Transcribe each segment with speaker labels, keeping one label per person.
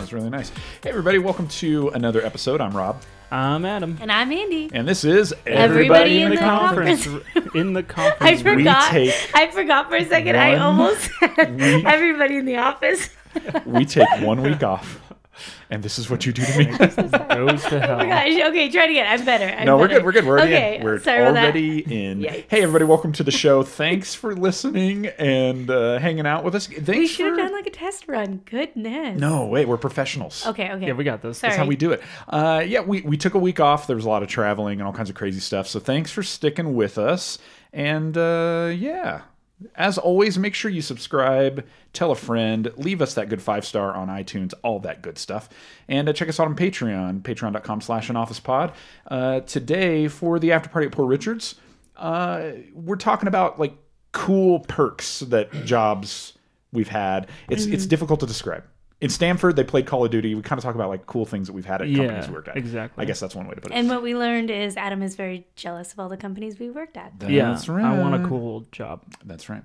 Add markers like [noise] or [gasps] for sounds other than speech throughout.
Speaker 1: was really nice. Hey, everybody, welcome to another episode. I'm Rob,
Speaker 2: I'm Adam.
Speaker 3: And I'm Andy.
Speaker 1: and this is
Speaker 3: Everybody in the
Speaker 2: conference. in
Speaker 3: [laughs]
Speaker 2: the
Speaker 3: I
Speaker 2: conference. room.
Speaker 3: forgot.
Speaker 1: take
Speaker 3: I forgot for a second. I
Speaker 1: one [laughs]
Speaker 3: almost said
Speaker 1: week.
Speaker 3: everybody in the office. [laughs]
Speaker 1: We take one week off, and this is what you do to
Speaker 3: [laughs]
Speaker 1: me.
Speaker 2: goes to
Speaker 3: Oh my
Speaker 2: hell.
Speaker 3: gosh. Okay, try it again. I'm better. I'm
Speaker 1: No, we're
Speaker 3: better.
Speaker 1: good. We're good. We're already
Speaker 3: okay,
Speaker 1: in. We're
Speaker 3: sorry about that.
Speaker 1: already in.
Speaker 3: Yikes.
Speaker 1: Hey, everybody, welcome to the show. Thanks for listening and uh, hanging out with us. Thanks
Speaker 3: We should
Speaker 1: for...
Speaker 3: have done like a test run. Goodness.
Speaker 1: No, wait, we're professionals.
Speaker 3: Okay, okay.
Speaker 2: Yeah, we got this.
Speaker 3: Sorry.
Speaker 1: That's how we do it. Uh, yeah, we, we took a week off. There was a lot of traveling and all kinds of crazy stuff. So thanks for sticking with us. And uh, yeah, as always, make sure you subscribe, tell a friend, leave us that good five star on iTunes, all that good stuff. And uh, check us out on Patreon, patreon.com slash an office pod. Uh, today, for the after party at Poor Richards, uh, we're talking about like cool perks that jobs we've had. It's
Speaker 3: Mm-hmm.
Speaker 1: it's difficult to describe. In Stanford, they played Call of Duty. We kind of talk about like cool things that we've had at companies
Speaker 2: Yeah,
Speaker 1: we worked at.
Speaker 2: exactly.
Speaker 1: I guess that's one way to put it.
Speaker 3: And what we learned is Adam is very jealous of all the companies we worked at.
Speaker 2: Yeah,
Speaker 1: that's right.
Speaker 2: I want a cool Mm-hmm. job.
Speaker 1: That's right.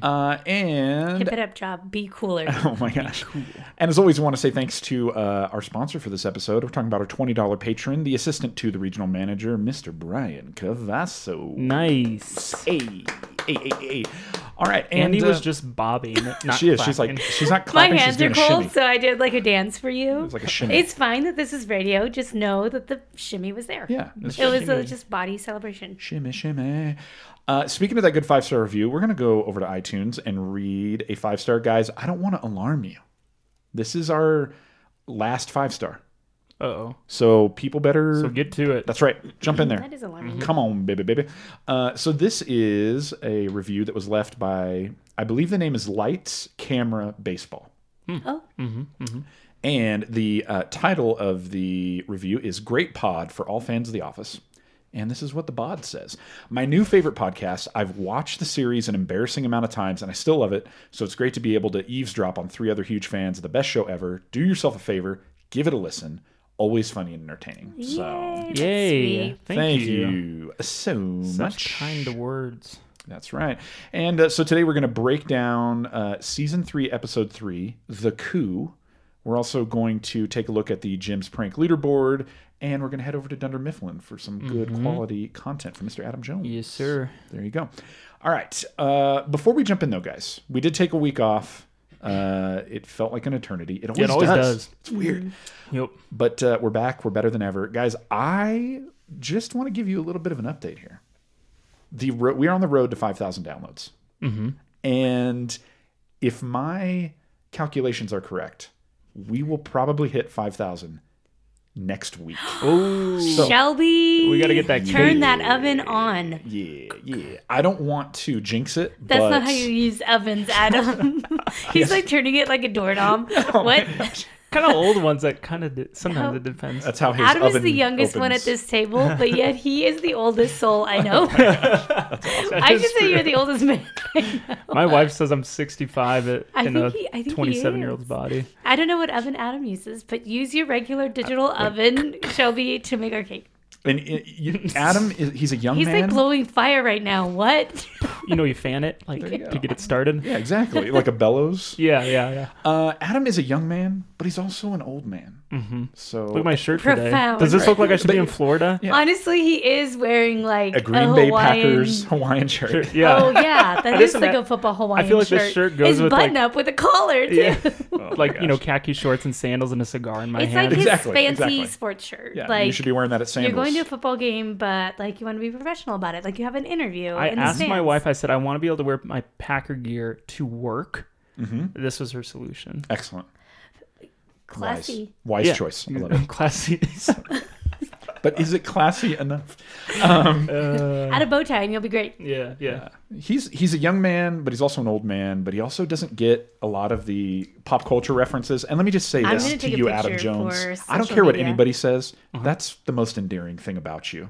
Speaker 1: Uh, and
Speaker 3: Hip it up, job. Be cooler.
Speaker 1: [laughs] Oh my gosh. And as always, we want to say thanks to uh, our sponsor for this episode. We're talking about our $20 patron, the assistant to the regional manager, Mr. Brian Cavasso.
Speaker 2: Nice.
Speaker 1: Hey, hey, hey, hey. All right. And,
Speaker 2: Andy was
Speaker 1: uh,
Speaker 2: just bobbing. Not
Speaker 1: [laughs] She is. She's
Speaker 2: clapping.
Speaker 1: like, she's not
Speaker 3: My
Speaker 1: clapping. she's
Speaker 3: hands are
Speaker 1: doing a shimmy.
Speaker 3: cold, so I did like a dance for you.
Speaker 1: It's like a shimmy.
Speaker 3: It's fine that this is radio. Just know that the shimmy was there.
Speaker 1: Yeah,
Speaker 3: It
Speaker 1: it's
Speaker 3: was uh, just body celebration.
Speaker 1: Shimmy, shimmy. Uh, speaking of that good five star review, we're going to go over to iTunes and read a five star. Guys, I don't want to alarm you. This is our last five star.
Speaker 2: oh,
Speaker 1: So people better.
Speaker 2: so get to it.
Speaker 1: That's right. Jump in there.
Speaker 3: That is alarming.
Speaker 1: Mm-hmm. Come on, baby, baby. Uh, so this is a review that was left by, I believe the name is Lights Camera Baseball.
Speaker 3: Oh,
Speaker 1: And the uh, title of the review is Great Pod for All Fans of The Office. And this is what the bod says. My new favorite podcast. I've watched the series an embarrassing amount of times and I still love it. So it's great to be able to eavesdrop on three other huge fans of the best show ever. Do yourself a favor, give it a listen. Always funny and entertaining. So
Speaker 3: Yay. that's
Speaker 2: Yay!
Speaker 3: sweet.
Speaker 2: Thank,
Speaker 1: you. so much.
Speaker 2: Such kind words.
Speaker 1: That's right. And uh, so today we're going to break down uh, season three, episode three, The Coup. We're also going to take a look at the Jim's Prank leaderboard, and we're going to head over to Dunder Mifflin for some good
Speaker 2: Mm-hmm.
Speaker 1: quality content from Mr. Adam Jones.
Speaker 2: Yes, sir.
Speaker 1: There you go. All right. Uh, before we jump in, though, guys, we did take a week off. Uh, it felt like an eternity. It always,
Speaker 2: always
Speaker 1: does.
Speaker 2: does.
Speaker 1: It's weird.
Speaker 2: Yep.
Speaker 1: But uh, we're back. We're better than ever, guys. I just want to give you a little bit of an update here. The ro- we are on the road to five thousand downloads, mm-hmm. and if my calculations are correct, we will probably hit five thousand next
Speaker 3: [gasps]
Speaker 1: week.
Speaker 2: Oh,
Speaker 1: So-
Speaker 3: Shelby,
Speaker 2: We gotta get that
Speaker 3: Turn
Speaker 2: cake.
Speaker 3: that oven on.
Speaker 1: yeah, yeah. I don't want to jinx it.
Speaker 3: That's
Speaker 1: but
Speaker 3: not how you use ovens,
Speaker 2: [laughs]
Speaker 3: Adam. [laughs] He's like turning it like a doorknob.
Speaker 2: Oh
Speaker 3: what?
Speaker 2: kind of old ones that kind of sometimes it depends. [laughs]
Speaker 1: That's how his
Speaker 3: Adam is
Speaker 1: oven
Speaker 3: the youngest one
Speaker 1: opens.
Speaker 3: at this table, but yet he is the oldest soul
Speaker 2: [laughs]
Speaker 3: I know. I should say you're the oldest man.
Speaker 2: [laughs] My wife says I'm 65 at,
Speaker 3: I
Speaker 2: in
Speaker 3: think
Speaker 2: a
Speaker 3: he- I think he
Speaker 2: 27 year
Speaker 3: is.
Speaker 2: old's body.
Speaker 3: I don't know what oven Adam uses, but use your regular
Speaker 1: Uh,
Speaker 3: digital oven, Shelby, to make our cake.
Speaker 1: And it, you, Adam is he's a young
Speaker 3: He's
Speaker 1: man.
Speaker 3: like blowing fire right now. What?
Speaker 2: You know, you fan it like
Speaker 1: There you go.
Speaker 2: to get it started.
Speaker 1: yeah, exactly. Like a bellows.
Speaker 3: [laughs]
Speaker 2: Yeah, yeah, yeah.
Speaker 1: Uh, Adam is a young man, but he's also an old man. Mm-hmm. So
Speaker 2: Look at my shirt
Speaker 3: Profound.
Speaker 2: today. Does this look like I should be
Speaker 1: [laughs]
Speaker 2: in Florida?
Speaker 1: Yeah.
Speaker 3: Honestly, he is wearing
Speaker 1: [laughs]
Speaker 3: like
Speaker 1: a Green
Speaker 3: a
Speaker 1: Bay
Speaker 3: Hawaiian... [laughs]
Speaker 1: Packers Hawaiian shirt.
Speaker 2: Yeah. [laughs]
Speaker 3: Oh yeah, that
Speaker 2: just
Speaker 3: is like
Speaker 2: ima-
Speaker 3: a football Hawaiian
Speaker 2: I feel like
Speaker 3: shirt.
Speaker 2: this shirt goes
Speaker 3: it's
Speaker 2: with,
Speaker 3: button
Speaker 2: like-
Speaker 3: up with a collar too. [laughs]
Speaker 2: Yeah.
Speaker 1: Oh,
Speaker 2: like,
Speaker 1: my
Speaker 2: you know,
Speaker 1: gosh.
Speaker 2: khaki shorts and sandals and a cigar in my
Speaker 3: It's like
Speaker 2: hand.
Speaker 3: his
Speaker 1: Exactly,
Speaker 3: fancy
Speaker 1: exactly.
Speaker 3: sports shirt.
Speaker 1: Yeah,
Speaker 3: like
Speaker 1: you should be wearing that at sandals.
Speaker 3: you're going to a football game, but like you want to be professional about it. Like you have an interview.
Speaker 2: I
Speaker 3: in the
Speaker 2: asked my
Speaker 3: stands.
Speaker 2: wife, I said, I want to be able to wear my Packer gear to work.
Speaker 1: Mm-hmm.
Speaker 2: This was her solution.
Speaker 1: Excellent. Wise,
Speaker 3: classy.
Speaker 1: wise
Speaker 2: Yeah. Mm-hmm.
Speaker 1: choice. I
Speaker 2: [laughs]
Speaker 1: love it. [laughs]
Speaker 2: Classy.
Speaker 1: But is it classy enough? Um,
Speaker 2: Uh,
Speaker 3: Add a bow tie and you'll be great.
Speaker 2: yeah, yeah.
Speaker 1: he's he's a young man, but he's also an old man. But he also doesn't get a lot of the pop culture references. And let me just say
Speaker 3: I'm
Speaker 1: this
Speaker 3: gonna
Speaker 1: to
Speaker 3: take a
Speaker 1: you, Adam
Speaker 3: picture for
Speaker 1: Jones. I don't
Speaker 3: social
Speaker 1: care what
Speaker 3: media.
Speaker 1: anybody says.
Speaker 2: Uh-huh.
Speaker 1: That's the most endearing thing about you.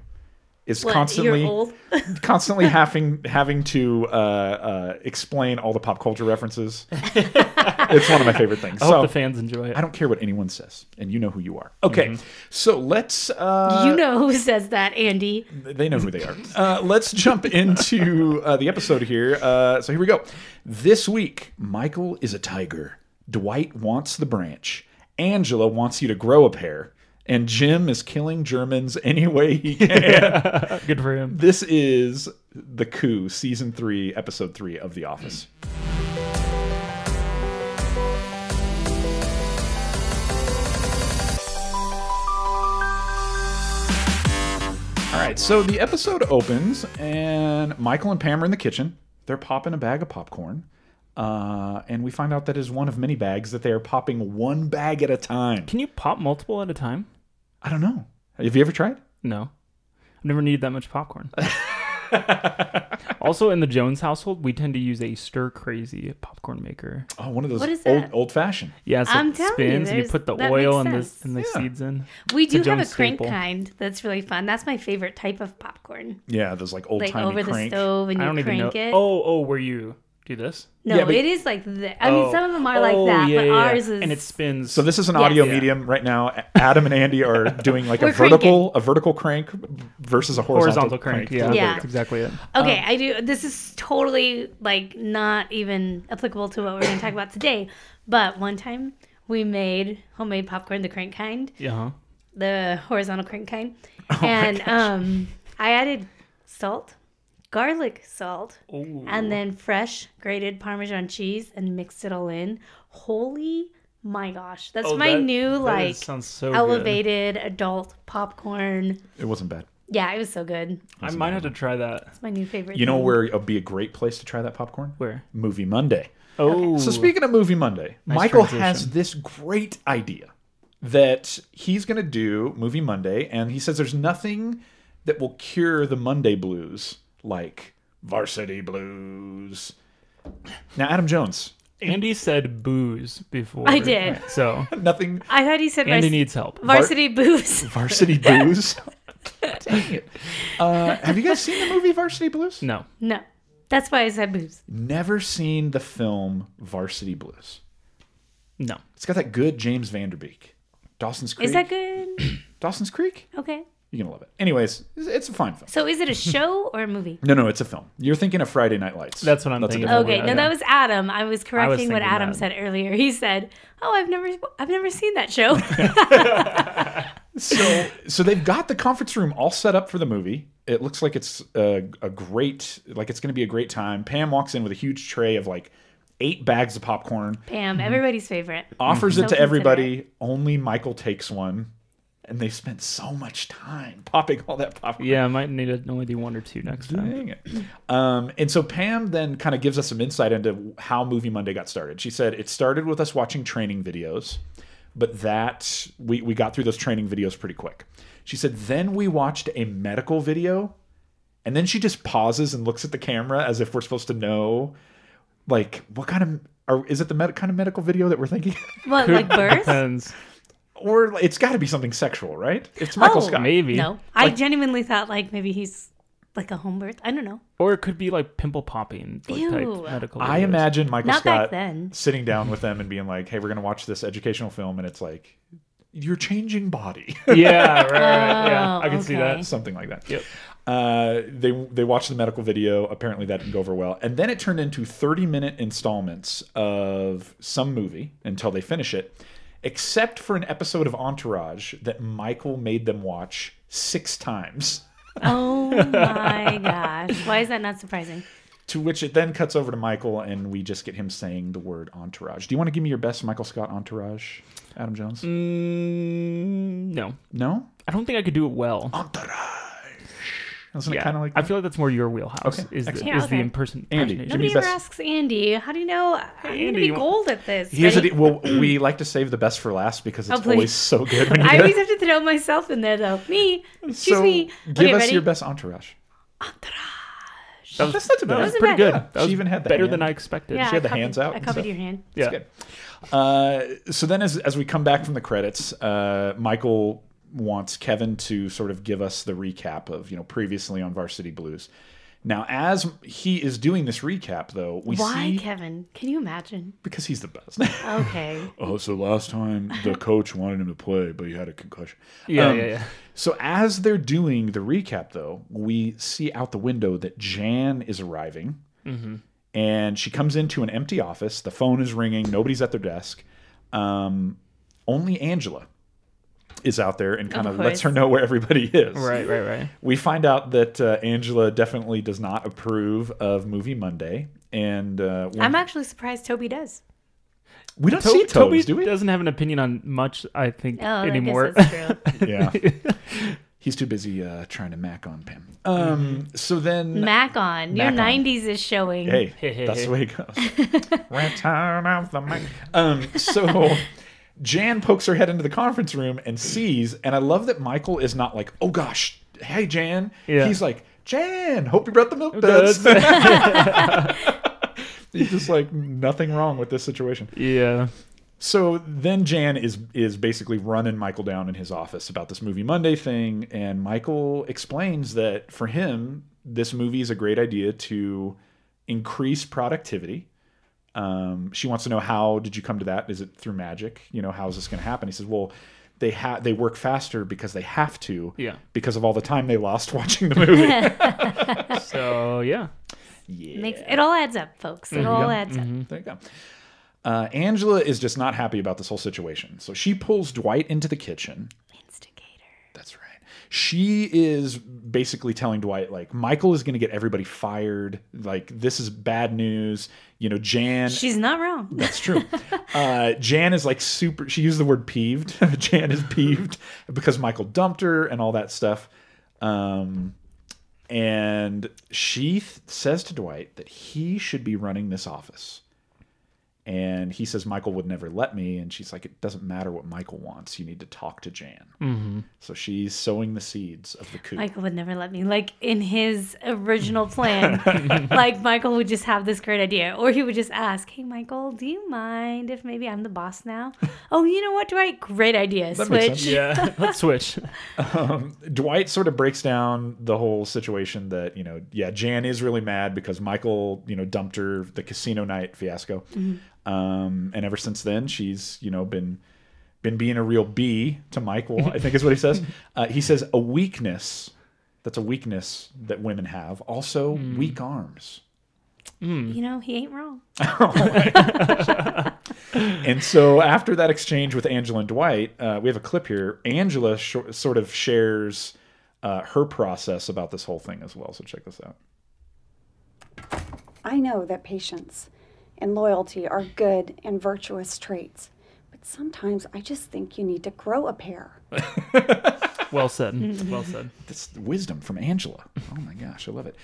Speaker 1: Is
Speaker 3: What,
Speaker 1: constantly
Speaker 3: you're old.
Speaker 1: constantly having having to uh, uh, explain all the pop culture references. [laughs] it's one of my favorite things.
Speaker 2: I
Speaker 1: so
Speaker 2: hope the fans enjoy it.
Speaker 1: I don't care what anyone says, and you know who you are. Okay, so let's. Uh,
Speaker 3: [laughs] you know who says that, Andy?
Speaker 1: they know who they are. Uh, let's jump into uh, the episode here. Uh, so here we go. This week, Michael is a tiger. Dwight wants the branch. Angela wants you to grow a pair, and Jim is killing Germans any way he can.
Speaker 2: Good for him.
Speaker 1: This is The Coup, Season 3, Episode 3 of The Office. All right, so the episode opens, and Michael and Pam are in the kitchen. They're popping a bag of popcorn. Uh, and we find out that is one of many bags that they are popping one bag at a time.
Speaker 2: Can you pop multiple at a time?
Speaker 1: I don't know. Have you ever tried?
Speaker 2: No. I've never needed that much
Speaker 1: [laughs]
Speaker 2: popcorn. also, in the Jones household, we tend to use a stir crazy popcorn maker.
Speaker 1: Oh, one of those
Speaker 3: What is
Speaker 1: old
Speaker 3: that?
Speaker 1: old fashioned.
Speaker 2: Yeah, so
Speaker 3: I'm
Speaker 2: it
Speaker 3: telling you,
Speaker 2: spins and you
Speaker 3: there's-
Speaker 2: put the
Speaker 3: that
Speaker 2: oil and
Speaker 3: makes
Speaker 2: the,
Speaker 3: sense.
Speaker 2: and the
Speaker 1: Yeah.
Speaker 2: seeds in.
Speaker 3: We do have a
Speaker 2: Jones
Speaker 3: crank
Speaker 2: staple.
Speaker 3: kind that's really fun. That's my favorite type of popcorn.
Speaker 1: Yeah, those like old
Speaker 3: Like
Speaker 1: timey
Speaker 3: over
Speaker 1: crank.
Speaker 3: the stove and
Speaker 2: I
Speaker 3: you
Speaker 2: don't even know.
Speaker 3: crank it.
Speaker 2: Oh, oh, where you do this?
Speaker 3: no,
Speaker 1: Yeah, but-
Speaker 3: it is like that. I mean,
Speaker 2: Oh.
Speaker 3: some of them are like
Speaker 2: Oh,
Speaker 3: that,
Speaker 2: yeah,
Speaker 3: but
Speaker 2: yeah, yeah.
Speaker 3: ours is.
Speaker 2: and it spins.
Speaker 1: So this is an
Speaker 3: Yes.
Speaker 1: audio
Speaker 2: Yeah.
Speaker 1: medium right now. A- Adam and Andy
Speaker 2: [laughs]
Speaker 1: are doing like a
Speaker 3: We're
Speaker 1: vertical a vertical crank versus a horizontal,
Speaker 2: horizontal crank.
Speaker 1: crank.
Speaker 2: Yeah,
Speaker 3: Yeah.
Speaker 2: that's exactly it.
Speaker 3: Okay, I do. This is totally like not even applicable to what we're going to talk about today. But one time we made homemade popcorn, the crank kind,
Speaker 2: Yeah. huh
Speaker 3: the horizontal
Speaker 2: [laughs]
Speaker 3: crank kind,
Speaker 2: Oh
Speaker 3: and um, I added salt, garlic salt, and then fresh grated Parmesan cheese, and mixed it all in. Holy my gosh, that's
Speaker 2: Oh,
Speaker 3: my
Speaker 2: that-
Speaker 3: new
Speaker 2: that
Speaker 3: like
Speaker 2: sounds so good.
Speaker 3: elevated adult popcorn.
Speaker 1: It wasn't bad.
Speaker 3: Yeah, it was so good.
Speaker 2: I might have to try that.
Speaker 3: It's my new favorite.
Speaker 1: You know
Speaker 3: thing.
Speaker 1: where it'd be a great place to try that popcorn?
Speaker 2: Where?
Speaker 1: Movie Monday.
Speaker 2: Oh,
Speaker 1: So speaking of Movie Monday, Michael
Speaker 2: transition.
Speaker 1: has this great idea that he's going to do Movie Monday, and he says there's nothing that will cure the Monday blues like Varsity Blues. Now, Adam Jones, [laughs]
Speaker 2: Andy said booze before.
Speaker 3: I did.
Speaker 2: [laughs]
Speaker 3: [laughs]
Speaker 2: So
Speaker 1: nothing
Speaker 3: I thought he said
Speaker 2: Andy
Speaker 3: rice-
Speaker 2: needs help.
Speaker 3: Varsity Booze.
Speaker 1: Varsity
Speaker 3: [laughs]
Speaker 1: Blues. Dang it! Uh, have you guys seen the movie Varsity Blues?
Speaker 2: No.
Speaker 3: No, that's why I said boobs.
Speaker 1: Never seen the film Varsity Blues.
Speaker 2: No.
Speaker 1: It's got that good James Vanderbeek. Dawson's Creek.
Speaker 3: Is that good?
Speaker 1: Dawson's Creek?
Speaker 3: Okay.
Speaker 1: You're gonna love it. Anyways, it's, it's a fine film.
Speaker 3: So is it a show or a movie?
Speaker 1: No, no, it's a film. You're thinking of Friday Night Lights.
Speaker 2: That's what I'm
Speaker 1: a
Speaker 2: thinking
Speaker 1: different-
Speaker 2: of.
Speaker 3: Okay, no, that was Adam. I was correcting
Speaker 2: thinking
Speaker 3: what Adam
Speaker 2: that.
Speaker 3: said earlier. He said, "Oh, I've never, I've never seen that show." [laughs]
Speaker 1: So, so they've got the conference room all set up for the movie. It looks like it's a, a great, like it's gonna be a great time. Pam walks in with a huge tray of like eight bags of popcorn,
Speaker 3: Pam, everybody's favorite.
Speaker 1: offers it
Speaker 3: So
Speaker 1: to everybody. Only Michael takes one, and they spent so much time [laughs] popping all that popcorn.
Speaker 2: Yeah, I might need to only do one or two next time.
Speaker 1: Dang it. Um, and so Pam then kind of gives us some insight into how Movie Monday got started. She said it started with us watching training videos, but that we, we got through those training videos pretty quick. She said then we watched a medical video, and then she just pauses and looks at the camera as if we're supposed to know, like what kind of are, is it the med- kind of medical video that we're thinking,
Speaker 3: What, like birth?
Speaker 2: Depends.
Speaker 1: or like, it's got to be something sexual, right? It's Michael
Speaker 3: Oh,
Speaker 1: Scott.
Speaker 2: Maybe.
Speaker 3: No, I genuinely thought like maybe he's like a home birth. I don't know.
Speaker 2: Or it could be like pimple popping like,
Speaker 3: Ew.
Speaker 2: type medical.
Speaker 1: I
Speaker 2: videos.
Speaker 1: imagine Michael
Speaker 3: Not back
Speaker 1: Scott
Speaker 3: then.
Speaker 1: sitting down with them and being like, "Hey, we're gonna watch this educational film," and it's like, "You're changing body," [laughs]
Speaker 2: Yeah, right, right, right. yeah.
Speaker 3: Oh,
Speaker 2: I can see
Speaker 3: okay.
Speaker 2: that.
Speaker 1: something like that.
Speaker 2: Yep.
Speaker 1: Uh, they they watched the medical video. Apparently, that didn't go over well, and then it turned into 30 minute installments of some movie until they finish it, except for an episode of Entourage that Michael made them watch six times.
Speaker 3: Oh my gosh, why is that not surprising?
Speaker 1: To which it then cuts over to Michael, and we just get him saying the word entourage. Do you want to give me your best Michael Scott entourage, Adam Jones?
Speaker 3: Mm.
Speaker 2: Mm, no,
Speaker 1: No?
Speaker 2: I don't think I could do it well.
Speaker 1: Entourage. Wasn't
Speaker 2: yeah.
Speaker 1: it kind of Oh, like
Speaker 2: I feel like that's more your wheelhouse.
Speaker 1: Okay,
Speaker 2: Is the,
Speaker 3: Yeah,
Speaker 2: is the
Speaker 3: okay.
Speaker 2: imperson-
Speaker 1: Andy,
Speaker 2: impersonation.
Speaker 1: Jimmy
Speaker 3: Nobody ever
Speaker 1: Best-
Speaker 3: asks Andy. How do you know? I'm gonna
Speaker 2: Andy,
Speaker 3: be
Speaker 2: you want-
Speaker 3: gold at this.
Speaker 1: Here's the
Speaker 3: Ready?
Speaker 1: deal. Well, we like to save the best for last because it's
Speaker 3: Oh, please.
Speaker 1: always so good when you [laughs]
Speaker 3: [laughs] I
Speaker 1: do
Speaker 3: always
Speaker 1: it.
Speaker 3: have to throw myself in there though. Me, excuse
Speaker 1: So
Speaker 3: me.
Speaker 1: give
Speaker 3: okay,
Speaker 1: us
Speaker 3: ready?
Speaker 1: your best entourage.
Speaker 2: That was,
Speaker 1: That's not too
Speaker 2: that
Speaker 1: bad.
Speaker 2: was
Speaker 3: Wasn't
Speaker 2: pretty
Speaker 3: bad.
Speaker 2: good.
Speaker 1: She
Speaker 2: That was
Speaker 1: even had the
Speaker 2: better
Speaker 1: hand.
Speaker 2: than I expected.
Speaker 3: Yeah,
Speaker 1: She had
Speaker 3: I
Speaker 1: the hands
Speaker 3: copied-
Speaker 1: out
Speaker 3: I
Speaker 1: and
Speaker 3: copied
Speaker 1: stuff.
Speaker 3: your hand.
Speaker 1: It's
Speaker 2: Yeah.
Speaker 1: good. Uh, so then, as as we come back from the credits, uh, Michael wants Kevin to sort of give us the recap of you know previously on Varsity Blues. Now, as he is doing this recap, though, we
Speaker 3: Why,
Speaker 1: see
Speaker 3: Kevin? Can
Speaker 1: [laughs]
Speaker 3: you imagine?
Speaker 1: because he's the best.
Speaker 3: Okay.
Speaker 1: oh, so last time the coach wanted him to play, but he had a concussion.
Speaker 2: Yeah,
Speaker 1: Um,
Speaker 2: yeah, yeah.
Speaker 1: So as they're doing the recap, though, we see out the window that Jan is arriving, and she comes into an empty office. The phone is ringing. Nobody's at their desk. Um, only Angela is out there and kind of,
Speaker 3: Of
Speaker 1: lets
Speaker 3: course.
Speaker 1: her know where everybody is.
Speaker 2: Right, right,
Speaker 1: [laughs]
Speaker 2: right.
Speaker 1: We find out that uh, Angela definitely does not approve of Movie Monday. And uh, when-
Speaker 3: I'm actually surprised Toby does.
Speaker 1: we don't see Toby,
Speaker 2: Toby
Speaker 1: do we?
Speaker 2: doesn't have an opinion on much, I think,
Speaker 3: Oh,
Speaker 2: anymore.
Speaker 3: I guess
Speaker 1: [laughs]
Speaker 3: that's true.
Speaker 1: Yeah. He's too busy uh, trying to mac on Pam. Um, So then,
Speaker 3: [laughs] Mac on. Your
Speaker 1: Mac on.
Speaker 3: 90s is showing.
Speaker 1: hey,
Speaker 2: Hey, hey,
Speaker 1: that's
Speaker 2: hey.
Speaker 1: the way it goes. Return of the Mac. Um, so Jan pokes her head into the conference room and sees, and I love that Michael is not like, oh gosh, hey, Jan.
Speaker 2: Yeah.
Speaker 1: He's like, Jan, hope you brought the milk
Speaker 2: Duds.
Speaker 1: duds.
Speaker 2: [laughs]
Speaker 1: [laughs] He's just like, nothing wrong with this situation.
Speaker 2: [laughs] yeah.
Speaker 1: So then Jan is is basically running Michael down in his office about this movie Monday thing, and Michael explains that for him, this movie is a great idea to increase productivity. Um, she wants to know how did you come to that? Is it through magic? You know, how is this going to happen? He says, well, they ha- they work faster because they have to,
Speaker 2: Yeah.
Speaker 1: because of all the time they lost [laughs] watching the movie.
Speaker 2: So, yeah.
Speaker 1: yeah.
Speaker 3: It Makes, it all adds up, folks. It all adds up.
Speaker 1: There you go. Mm-hmm. Uh, Angela is just not happy about this whole situation. So she pulls Dwight into the kitchen
Speaker 3: Instigator.
Speaker 1: That's right. She is basically telling Dwight, like, Michael is going to get everybody fired. Like, this is bad news. You know, Jan.
Speaker 3: She's not wrong.
Speaker 1: that's true. Uh, Jan is like super. She used the word peeved. [laughs] Jan is peeved because Michael dumped her and all that stuff. Um, and she th- says to Dwight that he should be running this office. And he says, Michael would never let me. And she's like, it doesn't matter what Michael wants. You need to talk to Jan. So she's sowing the seeds of the coup.
Speaker 3: Michael would never let me. Like in his
Speaker 1: [laughs]
Speaker 3: original plan, like Michael would just have this great idea, or he would just ask, "Hey, Michael, do you mind if maybe I'm the
Speaker 1: [laughs]
Speaker 3: boss now?" oh, you know what, Dwight? Great idea.
Speaker 1: That makes
Speaker 3: Switch.
Speaker 1: sense.
Speaker 3: [laughs]
Speaker 2: Yeah. [laughs] Let's switch.
Speaker 1: Dwight sort of breaks down the whole situation that, you know, yeah, Jan is really mad because Michael, you know, dumped her the casino night fiasco. Um, and ever since then, she's, you know, been been being a real bee to Michael, I think is what he says. Uh, he says a weakness. That's a weakness that women have. Also, weak arms.
Speaker 3: You know, he ain't wrong.
Speaker 1: And so after that exchange with Angela and Dwight, uh, we have a clip here. Angela sh- sort of shares uh, her process about this whole thing as well. So check this out.
Speaker 4: I know that patience and loyalty are good and virtuous traits, but sometimes I just think you need to grow a pair.
Speaker 2: Well
Speaker 3: [laughs]
Speaker 2: said. Well said.
Speaker 1: That's wisdom from Angela. Oh my gosh, I love it.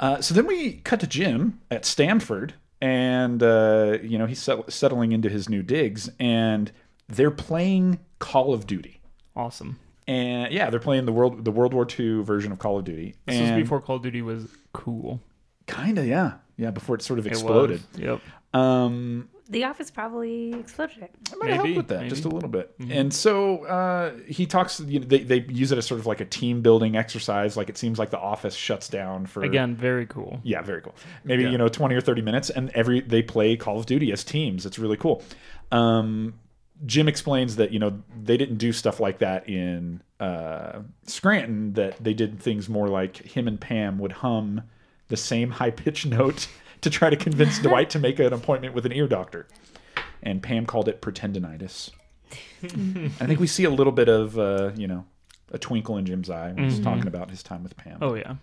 Speaker 1: Uh, so then we cut to Jim at Stanford, and uh, you know he's set- settling into his new digs, and they're playing Call of Duty.
Speaker 2: Awesome.
Speaker 1: And yeah, they're playing the world the World War II version of Call of Duty.
Speaker 2: This
Speaker 1: and
Speaker 2: was before Call of Duty was cool.
Speaker 1: kinda, yeah, yeah, before it sort of
Speaker 2: It was.
Speaker 1: exploded.
Speaker 2: Yep.
Speaker 1: Um,
Speaker 3: The office probably exploded it.
Speaker 1: I might have
Speaker 2: Maybe,
Speaker 1: helped with that
Speaker 2: maybe. Mm-hmm.
Speaker 1: just a little bit. And so uh, he talks. You know, they they use it as sort of like a team building exercise. Like it seems like the office shuts down for
Speaker 2: Again, very cool.
Speaker 1: Yeah, very cool. Maybe you know twenty or thirty minutes, and every they play Call of Duty as teams. It's really cool. Um, Jim explains that you know they didn't do stuff like that in uh, Scranton. That they did things more like him and Pam would hum the same high pitched [laughs] note to try to convince Dwight to make an appointment with an ear doctor. And Pam called it pretendinitis. I think we see a little bit of uh, you know a twinkle in Jim's eye when he's talking about his time with Pam.
Speaker 2: Oh yeah.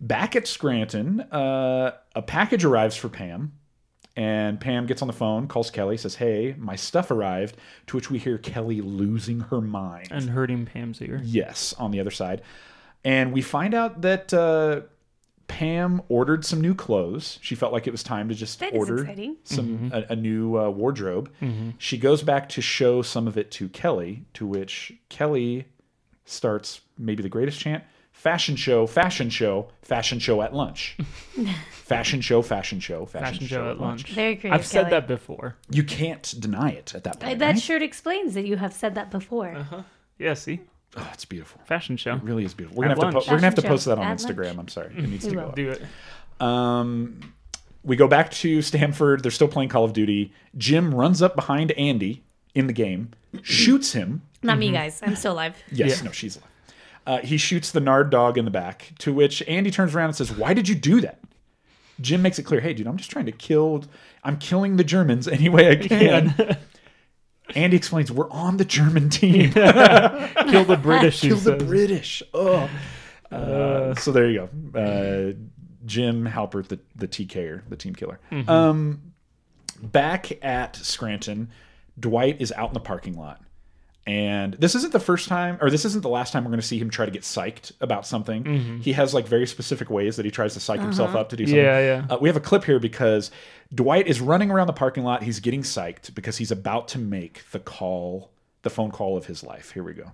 Speaker 1: Back at Scranton, uh, a package arrives for Pam, and Pam gets on the phone, calls Kelly, says, "Hey, my stuff arrived." To which we hear Kelly losing her mind.
Speaker 2: And hurting Pam's ear.
Speaker 1: yes, on the other side, and we find out that uh, Pam ordered some new clothes. She felt like it was time to just
Speaker 3: That is
Speaker 1: order
Speaker 3: exciting.
Speaker 1: some
Speaker 2: Mm-hmm.
Speaker 1: a, a new uh, wardrobe. She goes back to show some of it to Kelly, to which Kelly starts maybe the greatest chant fashion show, fashion show, fashion show at
Speaker 3: [laughs]
Speaker 1: lunch. fashion show, fashion show, fashion,
Speaker 2: Fashion show at lunch.
Speaker 3: Very creative,
Speaker 2: I've said
Speaker 3: Kelly.
Speaker 2: that before.
Speaker 1: You can't deny it at that
Speaker 3: Uh,
Speaker 1: point.
Speaker 3: That
Speaker 1: right? Uh-huh.
Speaker 3: shirt explains that you have said that before.
Speaker 2: Yeah. See,
Speaker 1: oh, it's beautiful.
Speaker 2: fashion show.
Speaker 1: It really is beautiful. We're gonna
Speaker 2: At
Speaker 1: have to
Speaker 2: lunch.
Speaker 1: po- we're gonna have to
Speaker 3: Fashion show
Speaker 1: post that on
Speaker 3: at
Speaker 1: Instagram.
Speaker 3: lunch.
Speaker 1: I'm
Speaker 2: [laughs]
Speaker 1: sorry, it needs to
Speaker 3: We
Speaker 1: go
Speaker 3: will.
Speaker 1: up.
Speaker 2: Do it.
Speaker 1: Um, we go back to Stanford. They're still playing Call of Duty. Jim runs up behind Andy in the game, shoots him.
Speaker 3: Not
Speaker 1: Mm-hmm.
Speaker 3: me, guys. I'm
Speaker 1: [laughs]
Speaker 3: still alive.
Speaker 1: Yes,
Speaker 2: Yeah.
Speaker 1: no, she's alive. Uh, he shoots the Nard dog in the back, to which Andy turns around and says, "Why did you do that?" Jim makes it [laughs] clear, "Hey, dude, I'm just trying to kill. I'm killing the Germans any way I can." Andy explains we're on the German team.
Speaker 2: Kill the British. he
Speaker 1: Kill the
Speaker 2: says.
Speaker 1: British. Oh. Uh, so there you go. Uh, Jim Halpert, the, the TKer, the team killer. Um, back at Scranton, Dwight is out in the parking lot. And this isn't the first time, or this isn't the last time we're going to see him try to get psyched about something. He has like very specific ways that he tries to psych himself up to do something.
Speaker 2: Yeah, yeah.
Speaker 1: Uh, we have a clip here because Dwight is running around the parking lot. He's getting psyched because he's about to make the call, the phone call of his life. Here we go.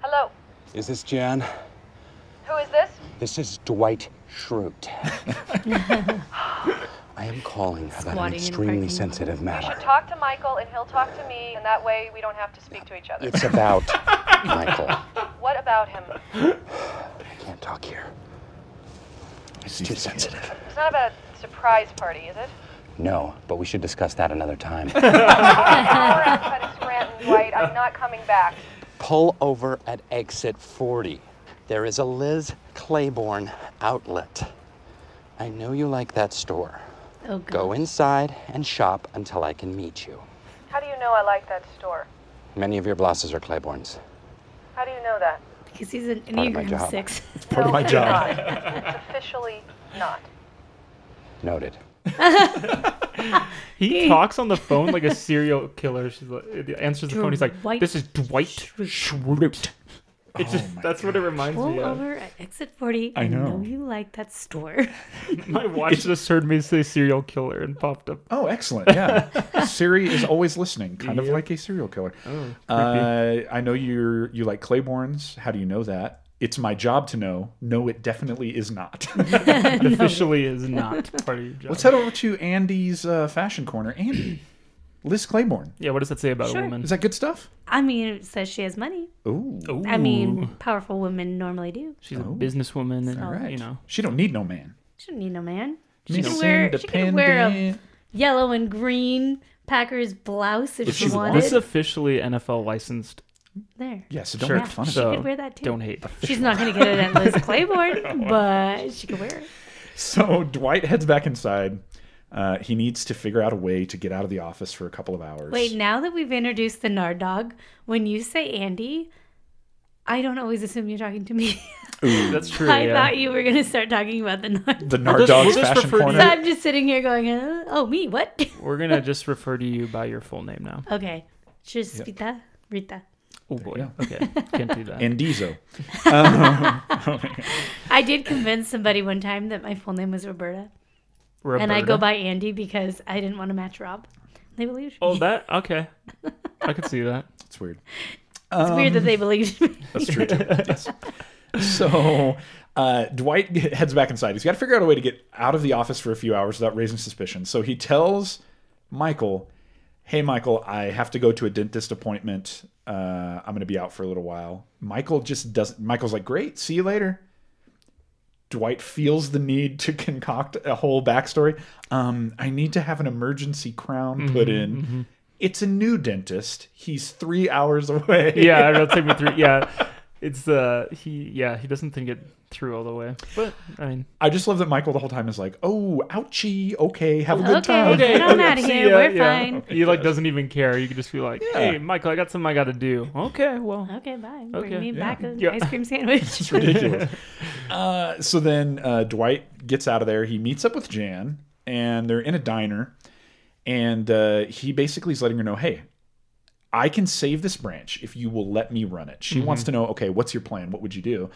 Speaker 5: Hello,
Speaker 6: Is this Jan?
Speaker 5: who is this?
Speaker 6: This is Dwight
Speaker 3: [laughs]
Speaker 6: Schrute. I am calling about
Speaker 3: Squatting in
Speaker 6: an
Speaker 3: a
Speaker 6: extremely
Speaker 3: parking lot.
Speaker 6: sensitive
Speaker 5: You
Speaker 6: matter.
Speaker 5: should talk to Michael and he'll talk to me, and that way we don't have to speak to each other.
Speaker 6: It's about Michael. I
Speaker 5: What about him?
Speaker 6: can't talk here. It's too sensitive.
Speaker 5: It's not about a surprise party, is it?
Speaker 6: No, but we should discuss that another time.
Speaker 5: Hour outside of
Speaker 1: [laughs]
Speaker 5: Scranton, Dwight. I'm not coming back.
Speaker 6: [laughs] Pull over at exit 40. There is a Liz Claiborne outlet. I know you like that store.
Speaker 3: Oh, God.
Speaker 6: Go inside and shop until I can meet you.
Speaker 5: How do you know I like that store?
Speaker 6: Many of your blouses are Claiborne's.
Speaker 5: How do you know that?
Speaker 3: Because he's an
Speaker 6: part of my
Speaker 3: Enneagram
Speaker 1: [laughs]
Speaker 6: job.
Speaker 3: 6.
Speaker 1: Part of
Speaker 5: no,
Speaker 1: my
Speaker 5: it's
Speaker 1: job. [laughs]
Speaker 5: not. It's officially not.
Speaker 6: Noted.
Speaker 2: He talks on the phone like a serial killer. She's like, he answers the phone. He's like,
Speaker 3: Dwight
Speaker 2: "This is Dwight Schrute." It's just that's what it reminds
Speaker 3: Pull
Speaker 2: me of.
Speaker 3: over at exit 40.
Speaker 1: I
Speaker 3: I know.
Speaker 1: know.
Speaker 3: you like that store. [laughs]
Speaker 2: My watch just heard me say serial killer and popped
Speaker 3: [laughs]
Speaker 2: up.
Speaker 1: Oh, excellent. Yeah. Siri is always listening, kind of like a serial killer. uh, I know you're you like Claiborne's. How do you know that? It's my job to know. No, it definitely is
Speaker 3: [laughs]
Speaker 1: not.
Speaker 2: It officially is not part of your job.
Speaker 1: Let's head over to Andy's uh, fashion corner. Andy, Liz Claiborne.
Speaker 2: yeah, what does that say about
Speaker 3: Sure.
Speaker 2: a woman?
Speaker 1: Is that good stuff?
Speaker 3: I mean, it says she has money.
Speaker 1: Ooh.
Speaker 3: I mean, powerful women normally do.
Speaker 2: she's a businesswoman, and
Speaker 1: All right.
Speaker 2: you know,
Speaker 1: She don't need no man.
Speaker 3: Shouldn't need no man. Oh, She
Speaker 1: Missing
Speaker 3: could wear, she could wear a
Speaker 1: dependent.
Speaker 3: yellow and green Packers blouse if,
Speaker 1: If
Speaker 3: she
Speaker 1: she
Speaker 3: wanted.
Speaker 2: this is officially NFL licensed.
Speaker 3: there.
Speaker 1: Yeah, so don't
Speaker 2: Sure.
Speaker 1: make fun of
Speaker 2: So-
Speaker 1: it.
Speaker 3: She could wear that too.
Speaker 2: Don't hate.
Speaker 3: She's not going to get it at Liz Claiborne, but she could wear it.
Speaker 1: [laughs] So Dwight heads back inside. Uh, he needs to figure out a way to get out of the office for a couple of hours.
Speaker 3: Wait, now that we've introduced the Nard Dog, when you say Andy, I don't always assume you're talking to me.
Speaker 2: That's true.
Speaker 3: I
Speaker 2: yeah.
Speaker 3: thought you were going to start talking about the Nard.
Speaker 1: The Nard
Speaker 2: just-
Speaker 1: Dog's
Speaker 2: we'll just
Speaker 1: fashion
Speaker 2: refer to
Speaker 1: corner.
Speaker 3: So I'm just sitting here going, uh, oh, me, what? [laughs]
Speaker 2: We're gonna just refer to you by your full name now.
Speaker 3: okay. Just Rita. Rita.
Speaker 2: Oh boy.
Speaker 1: you
Speaker 2: Okay, [laughs] can't do
Speaker 1: [laughs]
Speaker 2: that.
Speaker 1: Andizo. Oh
Speaker 3: I did convince somebody one time that my full name was Roberta, and I go
Speaker 2: Roberta.
Speaker 3: by Andy because I didn't want to match Rob. They believed me.
Speaker 2: Oh, that okay. I could see
Speaker 3: [laughs]
Speaker 2: that.
Speaker 1: It's weird.
Speaker 3: it's weird
Speaker 2: Um.
Speaker 3: that they
Speaker 2: [laughs]
Speaker 3: believed me.
Speaker 1: That's true too. yes. [laughs] So uh, Dwight heads back inside. He's got to figure out a way to get out of the office for a few hours without raising suspicion. So he tells Michael, "Hey, Michael, I have to go to a dentist appointment. Uh, I'm going to be out for a little while." Michael just doesn't. Michael's like, "Great, see you later." Dwight feels the need to [laughs] concoct a whole backstory. Um, I need to have an emergency crown put in. It's a new dentist. He's three hours [laughs] away.
Speaker 2: Yeah, that'll take me through. Yeah, it's uh he yeah he doesn't think it through all the way. But I mean,
Speaker 1: I just love that Michael the whole time is like, "Oh, ouchie, okay, have a good
Speaker 3: okay,
Speaker 1: time."
Speaker 2: Okay,
Speaker 3: get on
Speaker 2: okay,
Speaker 3: out of
Speaker 2: see
Speaker 3: here.
Speaker 2: ya,
Speaker 3: We're
Speaker 2: yeah.
Speaker 3: fine.
Speaker 2: he like doesn't even care. You could just be like,
Speaker 1: Yeah.
Speaker 2: hey, Michael, I got something I got to do. Okay, well,
Speaker 3: Okay, bye.
Speaker 2: Okay.
Speaker 3: Bring me
Speaker 2: Yeah.
Speaker 3: back an
Speaker 2: Yeah.
Speaker 3: ice cream sandwich.
Speaker 2: [laughs]
Speaker 1: Ridiculous. uh, so then uh, Dwight gets out of there. He meets up with Jan, and they're in a diner, and uh, he basically is letting her know, "Hey, I can save this branch if you will let me run it." She
Speaker 2: Mm-hmm.
Speaker 1: wants to know, "Okay, what's your plan? What would you do?"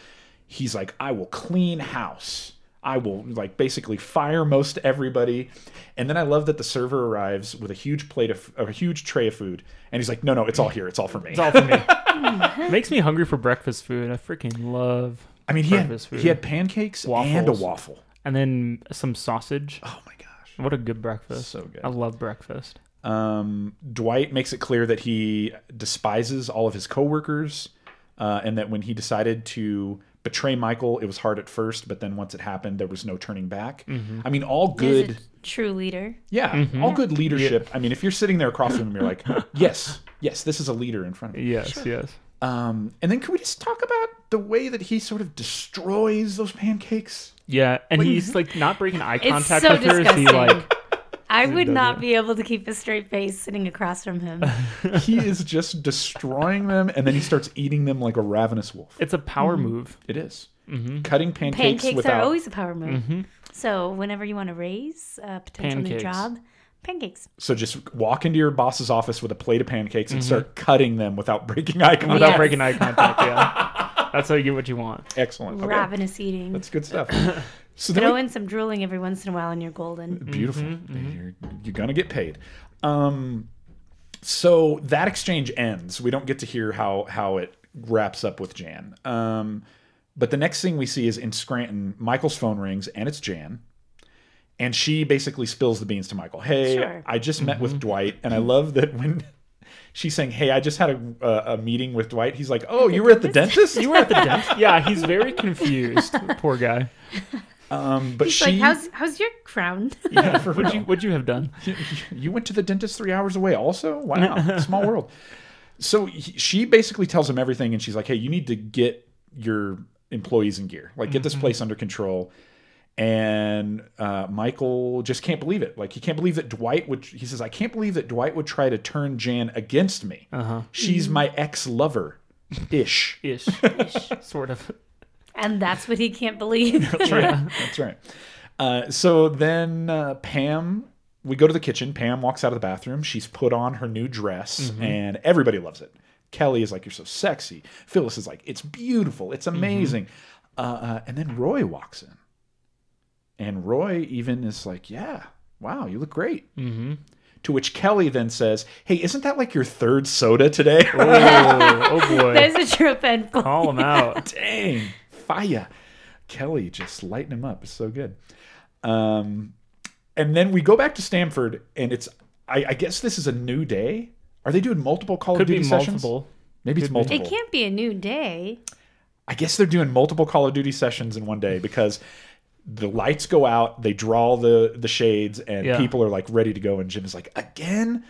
Speaker 1: He's like, "I will clean house." I will like basically fire most everybody, and then I love that the server arrives with a huge plate of a huge tray of food, and he's like, "No, no, it's all here. It's [laughs] all for me.
Speaker 2: it's all for me. [laughs] Makes me hungry for breakfast food. I freaking love.
Speaker 1: I mean, he had,
Speaker 2: breakfast food.
Speaker 1: he had pancakes and a
Speaker 2: Waffles.
Speaker 1: waffle.
Speaker 2: and then some sausage.
Speaker 1: Oh my gosh.
Speaker 2: What a good breakfast.
Speaker 1: So good.
Speaker 2: I love breakfast.
Speaker 1: Um, Dwight makes it clear that he despises all of his coworkers uh, and that when he decided to betray Michael, it was hard at first, but then once it happened, there was no turning back. I mean, all
Speaker 3: [laughs] He's
Speaker 1: good.
Speaker 3: a true leader.
Speaker 1: Yeah, all good leadership. I mean, if you're sitting there across from him, you're like, yes, yes, this is a leader in front of me.
Speaker 2: Yes, yes.
Speaker 1: Um, and then can we just talk about the way that he sort of destroys those pancakes?
Speaker 2: Yeah, and
Speaker 3: [laughs]
Speaker 2: he's like not breaking eye
Speaker 3: It's
Speaker 2: contact
Speaker 3: so
Speaker 2: with her. Is he
Speaker 3: disgusting.
Speaker 2: like?
Speaker 3: I would
Speaker 2: does
Speaker 3: not
Speaker 2: it.
Speaker 3: be able to keep a straight face sitting across
Speaker 2: [laughs]
Speaker 3: from him.
Speaker 1: He is just destroying them, and then he starts eating them like a ravenous wolf.
Speaker 2: It's a power
Speaker 3: Mm-hmm.
Speaker 2: move.
Speaker 1: It is. cutting pancakes,
Speaker 3: Pancakes
Speaker 1: without.
Speaker 3: are always a power move. So whenever you want to raise a potential new
Speaker 2: Mm-hmm. Pancakes.
Speaker 3: job, pancakes.
Speaker 1: So just walk into your boss's office with a plate of pancakes and start cutting them without [laughs] breaking eye contact.
Speaker 2: without
Speaker 3: Yes.
Speaker 2: breaking eye contact. Yeah,
Speaker 3: [laughs]
Speaker 2: that's how you get what you want.
Speaker 1: Excellent. Okay.
Speaker 3: Ravenous eating.
Speaker 1: That's good stuff. So then
Speaker 3: Throw
Speaker 1: we-
Speaker 3: in some drooling every once in a while and you're golden.
Speaker 1: beautiful. You're, you're gonna get paid. Um, so that exchange ends. We don't get to hear how how it wraps up with Jan. Um, but the next thing we see is in Scranton, Michael's phone rings and it's Jan. And she basically spills the beans to Michael. Hey,
Speaker 3: Sure.
Speaker 1: I just met with Dwight, and I love that when [laughs] she's saying, "Hey, I just had a, uh, a meeting with Dwight," he's like, "Oh, you were at the dentist? [laughs] You were at the dentist?"
Speaker 2: [laughs] Yeah, he's very
Speaker 3: [laughs]
Speaker 2: confused. poor guy.
Speaker 1: Um, but
Speaker 3: It's
Speaker 1: she,
Speaker 3: like, how's, how's your
Speaker 2: [laughs]
Speaker 3: crown?
Speaker 1: [laughs] yeah, for
Speaker 2: What'd
Speaker 1: real.
Speaker 2: you What'd you have done?
Speaker 1: you went to the dentist three hours away also wow [laughs] small world so he- she basically tells him everything and she's like hey you need to get your employees in gear like get this place under control and uh, michael just can't believe it like he can't believe that dwight would he says i can't believe that dwight would try to turn jan against me she's my ex-lover ish
Speaker 2: Ish. Sort
Speaker 3: [laughs]
Speaker 2: of.
Speaker 3: And that's what he can't
Speaker 2: [laughs]
Speaker 3: believe.
Speaker 1: That's right. Uh, so then uh, Pam, we go to the kitchen. Pam walks out of the bathroom. She's put on her new dress, and everybody loves it. Kelly is like, "You're so sexy." Phyllis is like, "It's beautiful. It's amazing." Uh, uh, and then Roy walks in, and Roy even is like, "Yeah, wow, you look great." Mm-hmm. To which Kelly then says, "Hey, isn't that like your third soda today?"
Speaker 2: Oh, oh boy.
Speaker 3: There's a true endpoint.
Speaker 2: Call him
Speaker 3: [laughs]
Speaker 2: out.
Speaker 1: Dang, fire. Kelly just lighten him up. It's so good. Um, and then we go back to Stanford, and it's I, I guess this is a new day. Are they doing multiple Call
Speaker 2: Could
Speaker 1: of Duty
Speaker 2: be
Speaker 1: sessions?
Speaker 2: multiple.
Speaker 1: Maybe it's multiple.
Speaker 3: It can't be a new day.
Speaker 1: I guess they're doing multiple Call of Duty sessions in one day because the lights go out, they draw the the shades, and
Speaker 2: Yeah.
Speaker 1: people are like ready to go. And Jim is like, again.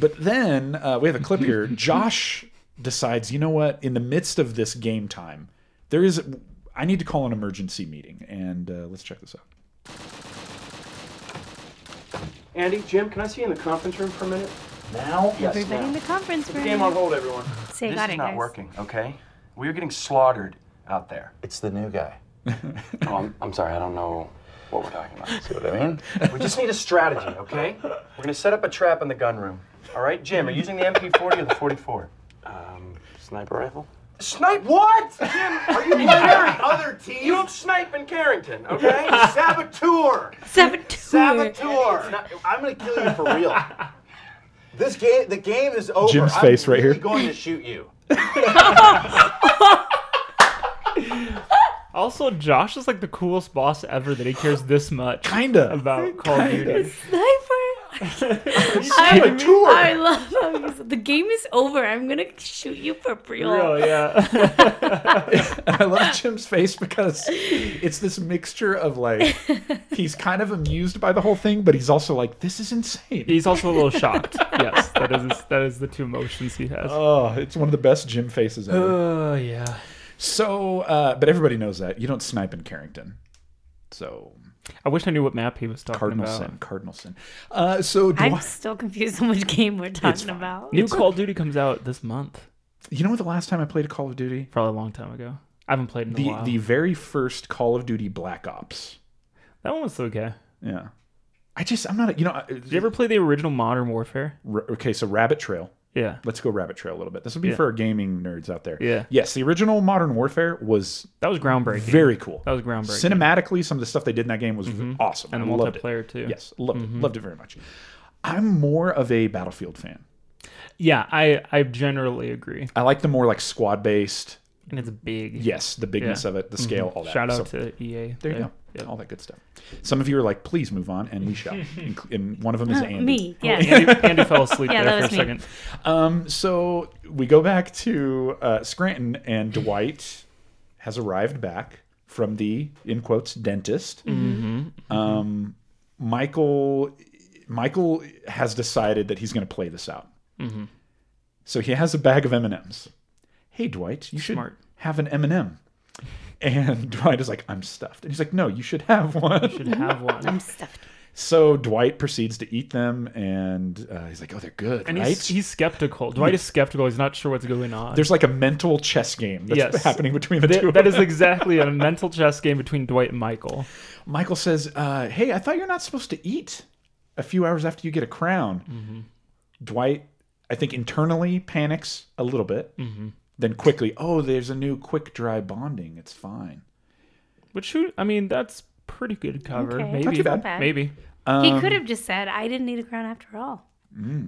Speaker 1: But then uh, we have a clip
Speaker 2: [laughs]
Speaker 1: here. Josh decides, you know what? In the midst of this game time, there is. I need to call an emergency meeting, and uh, let's check this out.
Speaker 7: Andy, Jim, can I see you in the conference room for a minute?
Speaker 6: Now? Yes,
Speaker 3: Everybody in the conference room.
Speaker 7: Game on hold, everyone.
Speaker 3: Say,
Speaker 8: This
Speaker 3: got
Speaker 8: is
Speaker 3: it,
Speaker 8: not
Speaker 3: guys.
Speaker 8: working, okay? We are getting slaughtered out there.
Speaker 6: It's the new guy.
Speaker 8: Oh, I'm, I'm sorry, I don't know what we're talking about.
Speaker 6: See what I mean?
Speaker 8: We just need a strategy, okay? We're gonna set up a trap in the gun room. All right, Jim, are you using the MP40 or the 44?
Speaker 7: Um, sniper rifle?
Speaker 8: Snipe what? Jim, are you playing [laughs] other team? You don't
Speaker 7: Snipe in Carrington,
Speaker 8: okay?
Speaker 3: [laughs]
Speaker 8: Saboteur!
Speaker 3: Saboteur.
Speaker 8: Saboteur! I'm gonna kill you for real. This game, the game is over.
Speaker 1: Jim's face right here.
Speaker 8: going to shoot you.
Speaker 2: Also, Josh is like the coolest boss ever that he cares this much
Speaker 1: Kinda.
Speaker 3: [laughs]
Speaker 2: about Call of Duty.
Speaker 3: Sniper. I,
Speaker 1: [laughs]
Speaker 3: I love how he's, the game is over. I'm gonna shoot you for real.
Speaker 2: Oh yeah. [laughs]
Speaker 1: I love Jim's face because it's this mixture of
Speaker 3: [laughs]
Speaker 1: like he's kind of amused by the whole thing, but he's also like, this is insane.
Speaker 2: He's also a little shocked. Yes, that is that is the two emotions he has.
Speaker 1: Oh, it's one of the best gym faces ever.
Speaker 2: Oh yeah.
Speaker 1: So, uh, but everybody knows that you don't snipe in Carrington. So
Speaker 2: I wish I knew what map he was talking
Speaker 1: cardinal
Speaker 2: about.
Speaker 1: sin, cardinal sin. Uh, so do
Speaker 3: I'm still confused on which game we're talking about.
Speaker 2: New Call of Duty comes out this month.
Speaker 1: you know what? The last time I played a Call of Duty,
Speaker 2: Probably a long time ago. I haven't played in a
Speaker 1: the
Speaker 2: while.
Speaker 1: the very first Call of Duty Black Ops.
Speaker 2: That one was okay.
Speaker 1: Yeah, I just I'm not a- you know.
Speaker 2: Did you ever play the original Modern Warfare?
Speaker 1: ever? Okay, so Rabbit Trail.
Speaker 2: Yeah.
Speaker 1: Let's go Rabbit Trail a little bit. This would be for our gaming nerds out there.
Speaker 2: Yeah.
Speaker 1: Yes, the original Modern Warfare was
Speaker 2: That was groundbreaking.
Speaker 1: very cool.
Speaker 2: That was groundbreaking.
Speaker 1: Cinematically, some of the stuff they did in that game was awesome.
Speaker 2: Mm-hmm. and the
Speaker 1: I loved it.
Speaker 2: multiplayer too.
Speaker 1: Yes, loved
Speaker 2: Mm-hmm.
Speaker 1: it. Loved it very much. I'm more of a Battlefield fan.
Speaker 2: Yeah, I I generally agree.
Speaker 1: I like the more like squad based.
Speaker 2: And it's big.
Speaker 1: Yes, the bigness
Speaker 2: Yeah. Mm-hmm.
Speaker 1: of it, the scale, all that.
Speaker 2: Shout
Speaker 1: So,
Speaker 2: out to E EA.
Speaker 1: there you go. All that good stuff. Some of you are like, please move on, and we
Speaker 2: [laughs]
Speaker 1: shall. Inc- and one of them is Andy.
Speaker 3: Me, yeah.
Speaker 2: Andy, [laughs] Andy fell asleep
Speaker 3: [laughs] Yeah,
Speaker 2: there
Speaker 3: that
Speaker 2: for a
Speaker 3: was me.
Speaker 2: second.
Speaker 1: Um, so we go back to uh, Scranton, and Dwight has arrived back from the in quotes dentist.
Speaker 2: Mm-hmm.
Speaker 1: Um, Michael Michael has decided that he's going to play this out.
Speaker 2: Mm-hmm.
Speaker 1: So he has a bag of M and M's. Hey Dwight, you should
Speaker 2: Smart.
Speaker 1: have an M and m And Dwight is like, I'm stuffed. And he's like, No, you should have one.
Speaker 2: [laughs] Should
Speaker 1: [laughs]
Speaker 2: have one.
Speaker 3: I'm stuffed.
Speaker 1: So Dwight proceeds to eat them, and uh, he's like, "Oh, they're good,
Speaker 2: And
Speaker 1: right?"
Speaker 2: he's, he's skeptical. Dwight is skeptical. He's not sure what's going on.
Speaker 1: There's like a mental chess game that's
Speaker 2: Yes.
Speaker 1: happening between the
Speaker 2: That-
Speaker 1: two. of
Speaker 2: that
Speaker 1: them.
Speaker 2: is
Speaker 1: [laughs]
Speaker 2: exactly a mental chess game between Dwight and Michael.
Speaker 1: Michael says, uh, "Hey, I thought you're not supposed to eat a few hours after you get a crown."
Speaker 2: Mm-hmm.
Speaker 1: Dwight, I think internally panics a little bit,
Speaker 2: Mm-hmm.
Speaker 1: then quickly, "Oh, there's a new quick dry bonding. It's fine."
Speaker 2: Which who? I mean, that's pretty good cover.
Speaker 3: Okay.
Speaker 2: Maybe.
Speaker 1: Not too bad.
Speaker 3: bad.
Speaker 2: Maybe.
Speaker 3: he could have just said, "I didn't need a crown after all."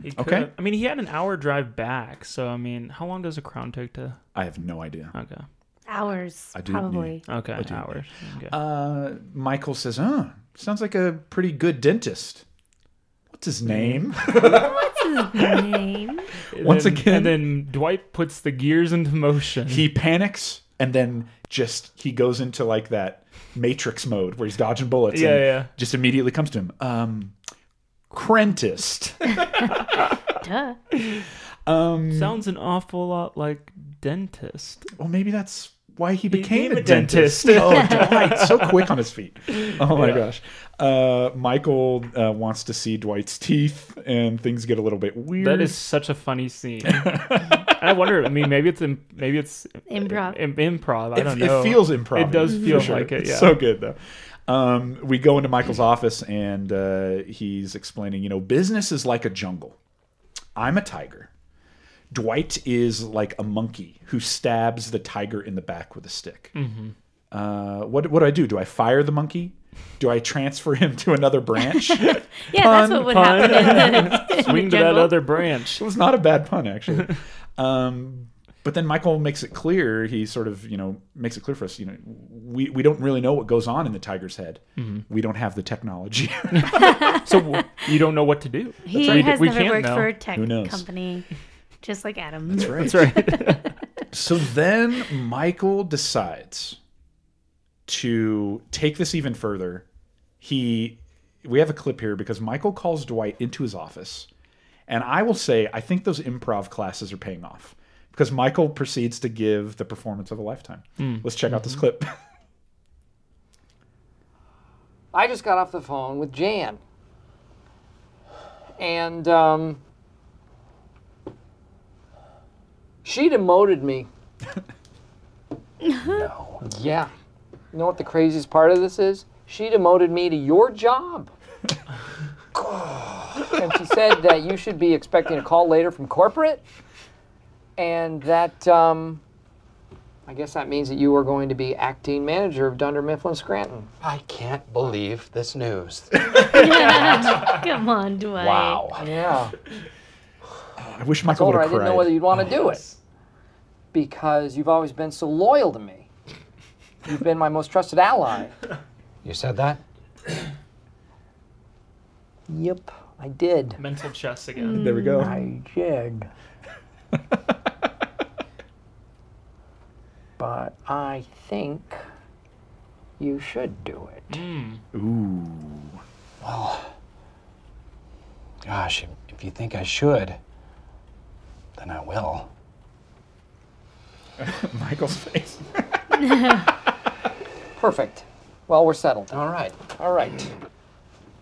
Speaker 2: He could
Speaker 1: Okay.
Speaker 2: have- I mean, he had an hour drive back, so I mean, how long does a crown take to?
Speaker 1: I have no idea.
Speaker 2: Okay.
Speaker 3: Hours,
Speaker 1: do
Speaker 3: probably.
Speaker 2: Okay. Hours. Okay.
Speaker 1: Uh, Michael says, "Huh, sounds like a pretty good dentist." What's his
Speaker 2: [laughs]
Speaker 1: name?
Speaker 3: Name.
Speaker 2: And
Speaker 1: Once
Speaker 2: then-
Speaker 1: again,
Speaker 2: and then Dwight puts the gears into motion.
Speaker 1: he panics and then just he goes into like that matrix mode where he's dodging bullets
Speaker 2: Yeah,
Speaker 1: and
Speaker 2: yeah.
Speaker 1: just immediately comes to him um
Speaker 2: [laughs]
Speaker 1: crentist
Speaker 3: Duh.
Speaker 2: sounds an awful lot like dentist.
Speaker 1: well maybe that's why he became,
Speaker 2: became
Speaker 1: a
Speaker 2: a
Speaker 1: dentist,
Speaker 2: dentist.
Speaker 1: [laughs] oh
Speaker 2: [laughs]
Speaker 1: dwight so quick on his feet oh my gosh uh, michael uh, wants to see dwight's teeth and things get a little bit weird
Speaker 2: That
Speaker 3: Mm.
Speaker 2: is such a funny [laughs] scene. And I wonder. I mean, maybe it's im- maybe it's
Speaker 3: Improv. Mm-hmm.
Speaker 2: im- improv. I
Speaker 1: It-
Speaker 2: don't
Speaker 1: it
Speaker 2: know.
Speaker 1: feels improv. Mm-hmm.
Speaker 2: It does feel
Speaker 1: sure.
Speaker 2: like it.
Speaker 1: It's
Speaker 2: Yeah.
Speaker 1: so good though. Um, we go into Michael's office and uh, he's explaining, you know, business is like a jungle. I'm a tiger. Dwight is like a monkey who stabs the tiger in the back with a stick.
Speaker 2: Mm-hmm.
Speaker 1: Uh, what what do I do? Do I fire the monkey? Do I transfer him to another
Speaker 2: [laughs]
Speaker 1: branch? it
Speaker 3: Yeah, that's what would
Speaker 2: pun.
Speaker 3: happen. in the- in the
Speaker 2: Swing to that
Speaker 3: jungle.
Speaker 2: other branch.
Speaker 1: was not a bad pun actually. Um, but then Michael makes it clear. He sort of you know makes it clear for us. You know, we we don't really know what goes on in the tiger's head. We don't have the technology. [laughs]
Speaker 2: So w- you don't know what to do.
Speaker 3: [laughs] He
Speaker 2: right.
Speaker 3: has
Speaker 2: We
Speaker 3: never
Speaker 2: can't
Speaker 3: worked
Speaker 2: know.
Speaker 3: for a tech
Speaker 1: Who knows?
Speaker 3: company, just like Adam.
Speaker 1: That's
Speaker 2: That's right. [laughs]
Speaker 1: So then Michael decides to take this even further. He we have a clip here because Michael calls Dwight into his office. And I will say I think those improv classes are paying off because Michael proceeds to give the performance of a lifetime.
Speaker 2: Hmm.
Speaker 1: Let's check
Speaker 2: Mm-hmm.
Speaker 1: out this clip.
Speaker 9: I just got off the phone with Jan. And um, she demoted me. no. Yeah. You know what the craziest part of this is? She demoted me to your job. [laughs] and she said that you should be expecting a call later from corporate. And that, um, I guess that means that you are going to be acting manager of Dunder Mifflin Scranton.
Speaker 6: I can't believe this news.
Speaker 3: [laughs] Come on, Dwight.
Speaker 6: Wow.
Speaker 9: Yeah.
Speaker 1: I wish Michael
Speaker 9: told
Speaker 1: would
Speaker 9: her I
Speaker 1: have
Speaker 9: didn't know whether
Speaker 1: cried.
Speaker 9: you'd
Speaker 6: Oh,
Speaker 9: want to do it because you've always been so loyal to me. You've been my most trusted ally.
Speaker 6: You said that?
Speaker 9: Yep, I did.
Speaker 3: [laughs]
Speaker 2: Mental chess again.
Speaker 1: There we
Speaker 9: [laughs]
Speaker 1: go.
Speaker 9: I
Speaker 6: [laughs]
Speaker 9: did. but I think you should do it.
Speaker 6: Gosh, if, if you think I should, then I will.
Speaker 1: Michael's face. [laughs]
Speaker 9: Perfect. Well, we're settled.
Speaker 6: All right.
Speaker 9: All right.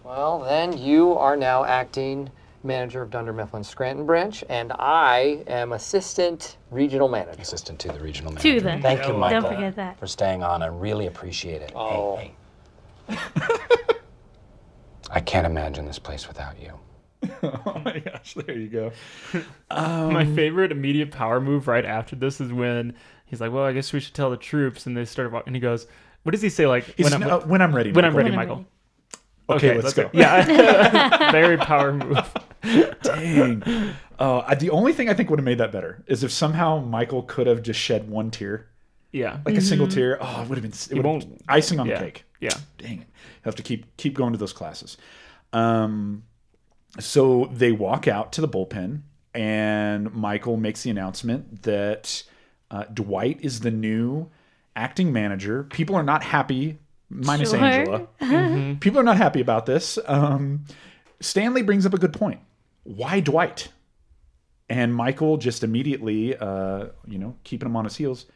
Speaker 9: Well, then you are now acting manager of Dunder Mifflin Scranton branch, and I am assistant regional manager.
Speaker 6: Assistant to the regional manager.
Speaker 3: To the.
Speaker 6: Thank you, Michael,
Speaker 3: Don't forget that.
Speaker 6: for staying on. I really appreciate it. Hey,
Speaker 9: Oh.
Speaker 6: hey. [laughs] I can't imagine this place without you.
Speaker 1: Oh my gosh, there you go.
Speaker 2: My favorite immediate power move right after this is when he's like, "Well, I guess we should tell the troops," and they start walking. And he goes, "What does he say? Like
Speaker 1: He's-
Speaker 2: when I'm
Speaker 1: uh,
Speaker 2: [laughs]
Speaker 1: when I'm ready.
Speaker 2: when I'm
Speaker 1: Michael.
Speaker 2: ready,
Speaker 3: When I'm
Speaker 2: Michael."
Speaker 1: Okay, let's go.
Speaker 2: it. [laughs] Yeah, very power move.
Speaker 1: Dang. Oh, I- the only thing I think would have made that better is if somehow Michael could have just shed one tear,
Speaker 2: Yeah,
Speaker 1: like a single tear. Oh, it would have been it would have been
Speaker 2: Mm-hmm. won't-
Speaker 1: icing on
Speaker 2: yeah,
Speaker 1: the cake.
Speaker 2: yeah.
Speaker 1: Dang it. Have to keep keep going to those classes. Um, so they walk out to the bullpen, and Michael makes the announcement that uh, Dwight is the new acting manager. People are not happy, minus
Speaker 3: Sure.
Speaker 1: Angela.
Speaker 2: Mm-hmm.
Speaker 1: People are not happy about this. Um, Stanley brings up a good point. Why Dwight?
Speaker 2: Mm-hmm.
Speaker 1: And Michael just immediately, uh, you know, keeping him on his heels.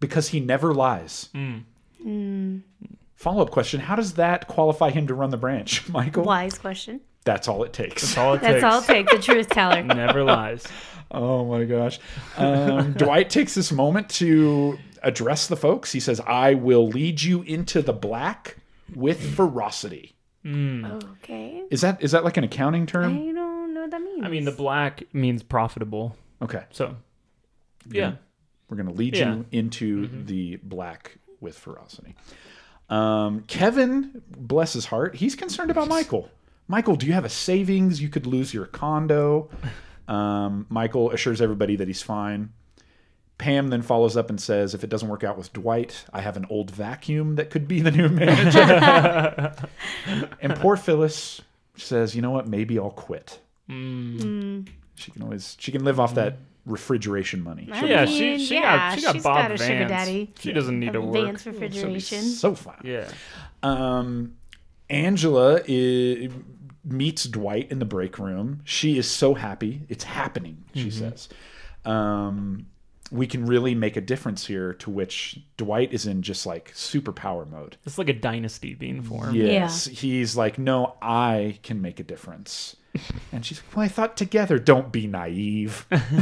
Speaker 1: because he never lies.
Speaker 2: Mm.
Speaker 1: Follow up question How does that qualify him to run the branch, [laughs] Michael?
Speaker 3: Wise question.
Speaker 1: That's all it takes.
Speaker 2: That's all it
Speaker 3: That's
Speaker 2: takes.
Speaker 3: all it takes. The truth
Speaker 2: [laughs]
Speaker 3: teller. [laughs]
Speaker 2: Never lies.
Speaker 1: Oh my gosh. Um, [laughs] Dwight takes this moment to address the folks. He says, I will lead you into the black with ferocity.
Speaker 2: Mm.
Speaker 3: Okay.
Speaker 1: Is that is that like an accounting
Speaker 3: I
Speaker 1: term?
Speaker 3: don't know what that means.
Speaker 2: I mean, the black means profitable.
Speaker 1: Okay.
Speaker 2: So, yeah.
Speaker 1: We're going to lead
Speaker 2: Yeah. Mm-hmm.
Speaker 1: you into the black with ferocity. Um, Kevin, bless his heart, he's concerned about Michael. Michael, do you have a savings? You could lose your
Speaker 2: [laughs]
Speaker 1: condo. Um, Michael assures everybody that he's fine. Pam then follows up and says, if it doesn't work out with Dwight, I have an old vacuum that could be the new manager.
Speaker 2: [laughs]
Speaker 1: and poor Phyllis says, you know what? Maybe I'll quit.
Speaker 2: Mm.
Speaker 1: She can always, she can live off that refrigeration money.
Speaker 3: I
Speaker 2: Yeah,
Speaker 3: mean,
Speaker 2: she, she
Speaker 3: yeah,
Speaker 2: got she got
Speaker 3: she's
Speaker 2: Bob
Speaker 3: got her
Speaker 2: Vance.
Speaker 3: sugar daddy.
Speaker 2: She doesn't need to work.
Speaker 3: Advanced refrigeration.
Speaker 2: [laughs]
Speaker 1: So fun.
Speaker 2: Yeah.
Speaker 1: Um, Angela i meets Dwight in the break room. She is so happy. It's happening, she
Speaker 2: Mm-hmm.
Speaker 1: says. Um, we can really make a difference here, to which Dwight is in just like superpower mode.
Speaker 2: It's like a dynasty being formed.
Speaker 1: Yes. He's like, no, I can make a difference. [laughs] And she's like, well, I thought together, don't be naive.
Speaker 3: Oh my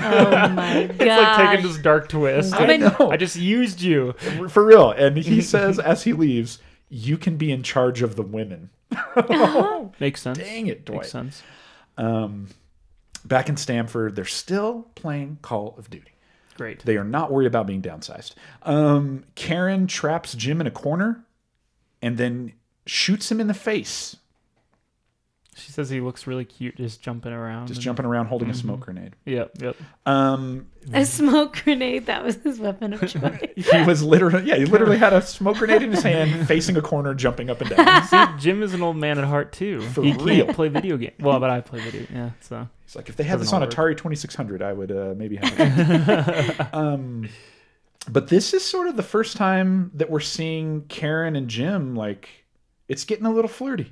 Speaker 3: god.
Speaker 2: [laughs] It's like taking this dark twist. [laughs]
Speaker 3: I
Speaker 1: know.
Speaker 2: [laughs]
Speaker 1: [laughs]
Speaker 2: I just used you.
Speaker 1: For real. And he says, as he leaves, you can be in charge of the women.
Speaker 2: Makes sense.
Speaker 1: Dang it, Dwight.
Speaker 2: Makes sense.
Speaker 1: Back in Stanford, they're still playing Call of Duty.
Speaker 2: Great.
Speaker 1: They are not worried about being downsized. Um, Karen traps Jim in a corner and then shoots him in the face,
Speaker 2: She says he looks really cute, just jumping around.
Speaker 1: just jumping around holding
Speaker 2: Mm-hmm.
Speaker 1: a smoke grenade.
Speaker 2: Yep,
Speaker 1: [laughs]
Speaker 2: yep.
Speaker 1: Um,
Speaker 3: a smoke grenade. That was his weapon
Speaker 2: [laughs]
Speaker 3: of choice.
Speaker 1: he was literally, yeah, he literally had a smoke grenade in his
Speaker 2: [laughs]
Speaker 1: hand, facing a corner, jumping up and down.
Speaker 2: See, Jim is an old man at heart too. he
Speaker 1: real.
Speaker 2: can't play video game. Well, but I play video. Yeah, so
Speaker 1: He's like, if they had this on
Speaker 2: Doesn't
Speaker 1: Atari 2600, I would uh, maybe
Speaker 2: [laughs]
Speaker 1: have it. um, but this is sort of the first time that we're seeing Karen and Jim, like, it's getting a little flirty.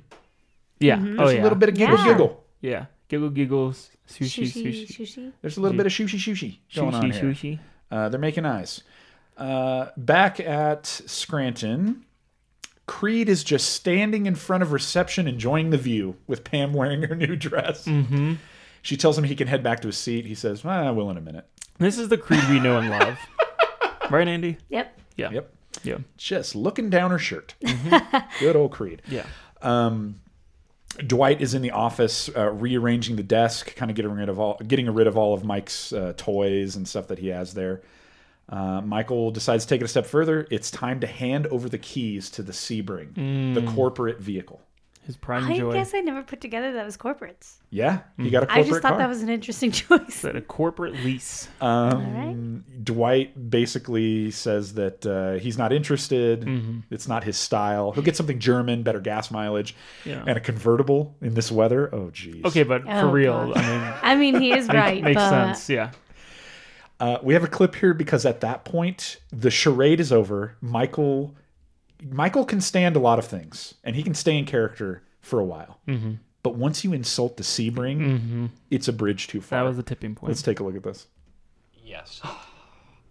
Speaker 2: yeah. Oh
Speaker 1: Mm-hmm. There's
Speaker 2: yeah.
Speaker 1: a little bit of giggle,
Speaker 3: Yeah.
Speaker 1: giggle.
Speaker 2: Yeah. Giggle, giggle, s- sushi,
Speaker 3: Sushi,
Speaker 2: sushi,
Speaker 3: sushi.
Speaker 1: There's a little bit of shooshi shooshi going on
Speaker 2: sushi,
Speaker 1: here.
Speaker 2: sushi.
Speaker 1: Uh, they're making eyes. Uh, back at Scranton, Creed is just standing in front of reception, enjoying the view with Pam wearing her new dress. She tells him he can head back to his seat. He says, "Ah, "I will in a minute."
Speaker 2: This is the creed we know and
Speaker 1: [laughs]
Speaker 2: love, right, Andy?
Speaker 3: Yep.
Speaker 2: Yeah.
Speaker 1: Yep,
Speaker 2: Yeah.
Speaker 1: just looking down her shirt.
Speaker 3: Mm-hmm.
Speaker 1: [laughs] Good old Creed. Um,
Speaker 2: Yeah.
Speaker 1: Dwight is in the office uh, rearranging the desk, kind of getting rid of all getting rid of all of Mike's uh, toys and stuff that he has there. Uh, Michael decides to take it a step further. It's time to hand over the keys to the Sebring, the
Speaker 3: Mm.
Speaker 1: corporate vehicle.
Speaker 2: His prime
Speaker 3: I
Speaker 2: joy.
Speaker 3: guess I never put together that was corporates.
Speaker 1: Yeah, he got a
Speaker 3: I
Speaker 1: corporate
Speaker 3: just thought
Speaker 1: car.
Speaker 3: that was an interesting [laughs] choice.
Speaker 2: that a corporate lease.
Speaker 1: Oh,
Speaker 3: All right.
Speaker 1: Dwight basically says that uh, he's not interested.
Speaker 2: Mm-hmm.
Speaker 1: It's not his style. He'll get something German, better gas mileage,
Speaker 2: Yeah.
Speaker 1: and a convertible in this weather. Oh, geez.
Speaker 2: Okay, but for
Speaker 3: Oh,
Speaker 2: real,
Speaker 3: God.
Speaker 2: I mean,
Speaker 3: I mean, he is right.
Speaker 2: makes
Speaker 3: but
Speaker 2: sense. Yeah.
Speaker 1: Uh, we have a clip here because at that point the charade is over. Michael Michael can stand a lot of things, and he can stay in character for a while.
Speaker 2: Mm-hmm.
Speaker 1: But once you insult the Sebring, it's a bridge too
Speaker 2: That
Speaker 1: far.
Speaker 2: was the tipping point.
Speaker 1: Let's take a look at this.
Speaker 6: Yes.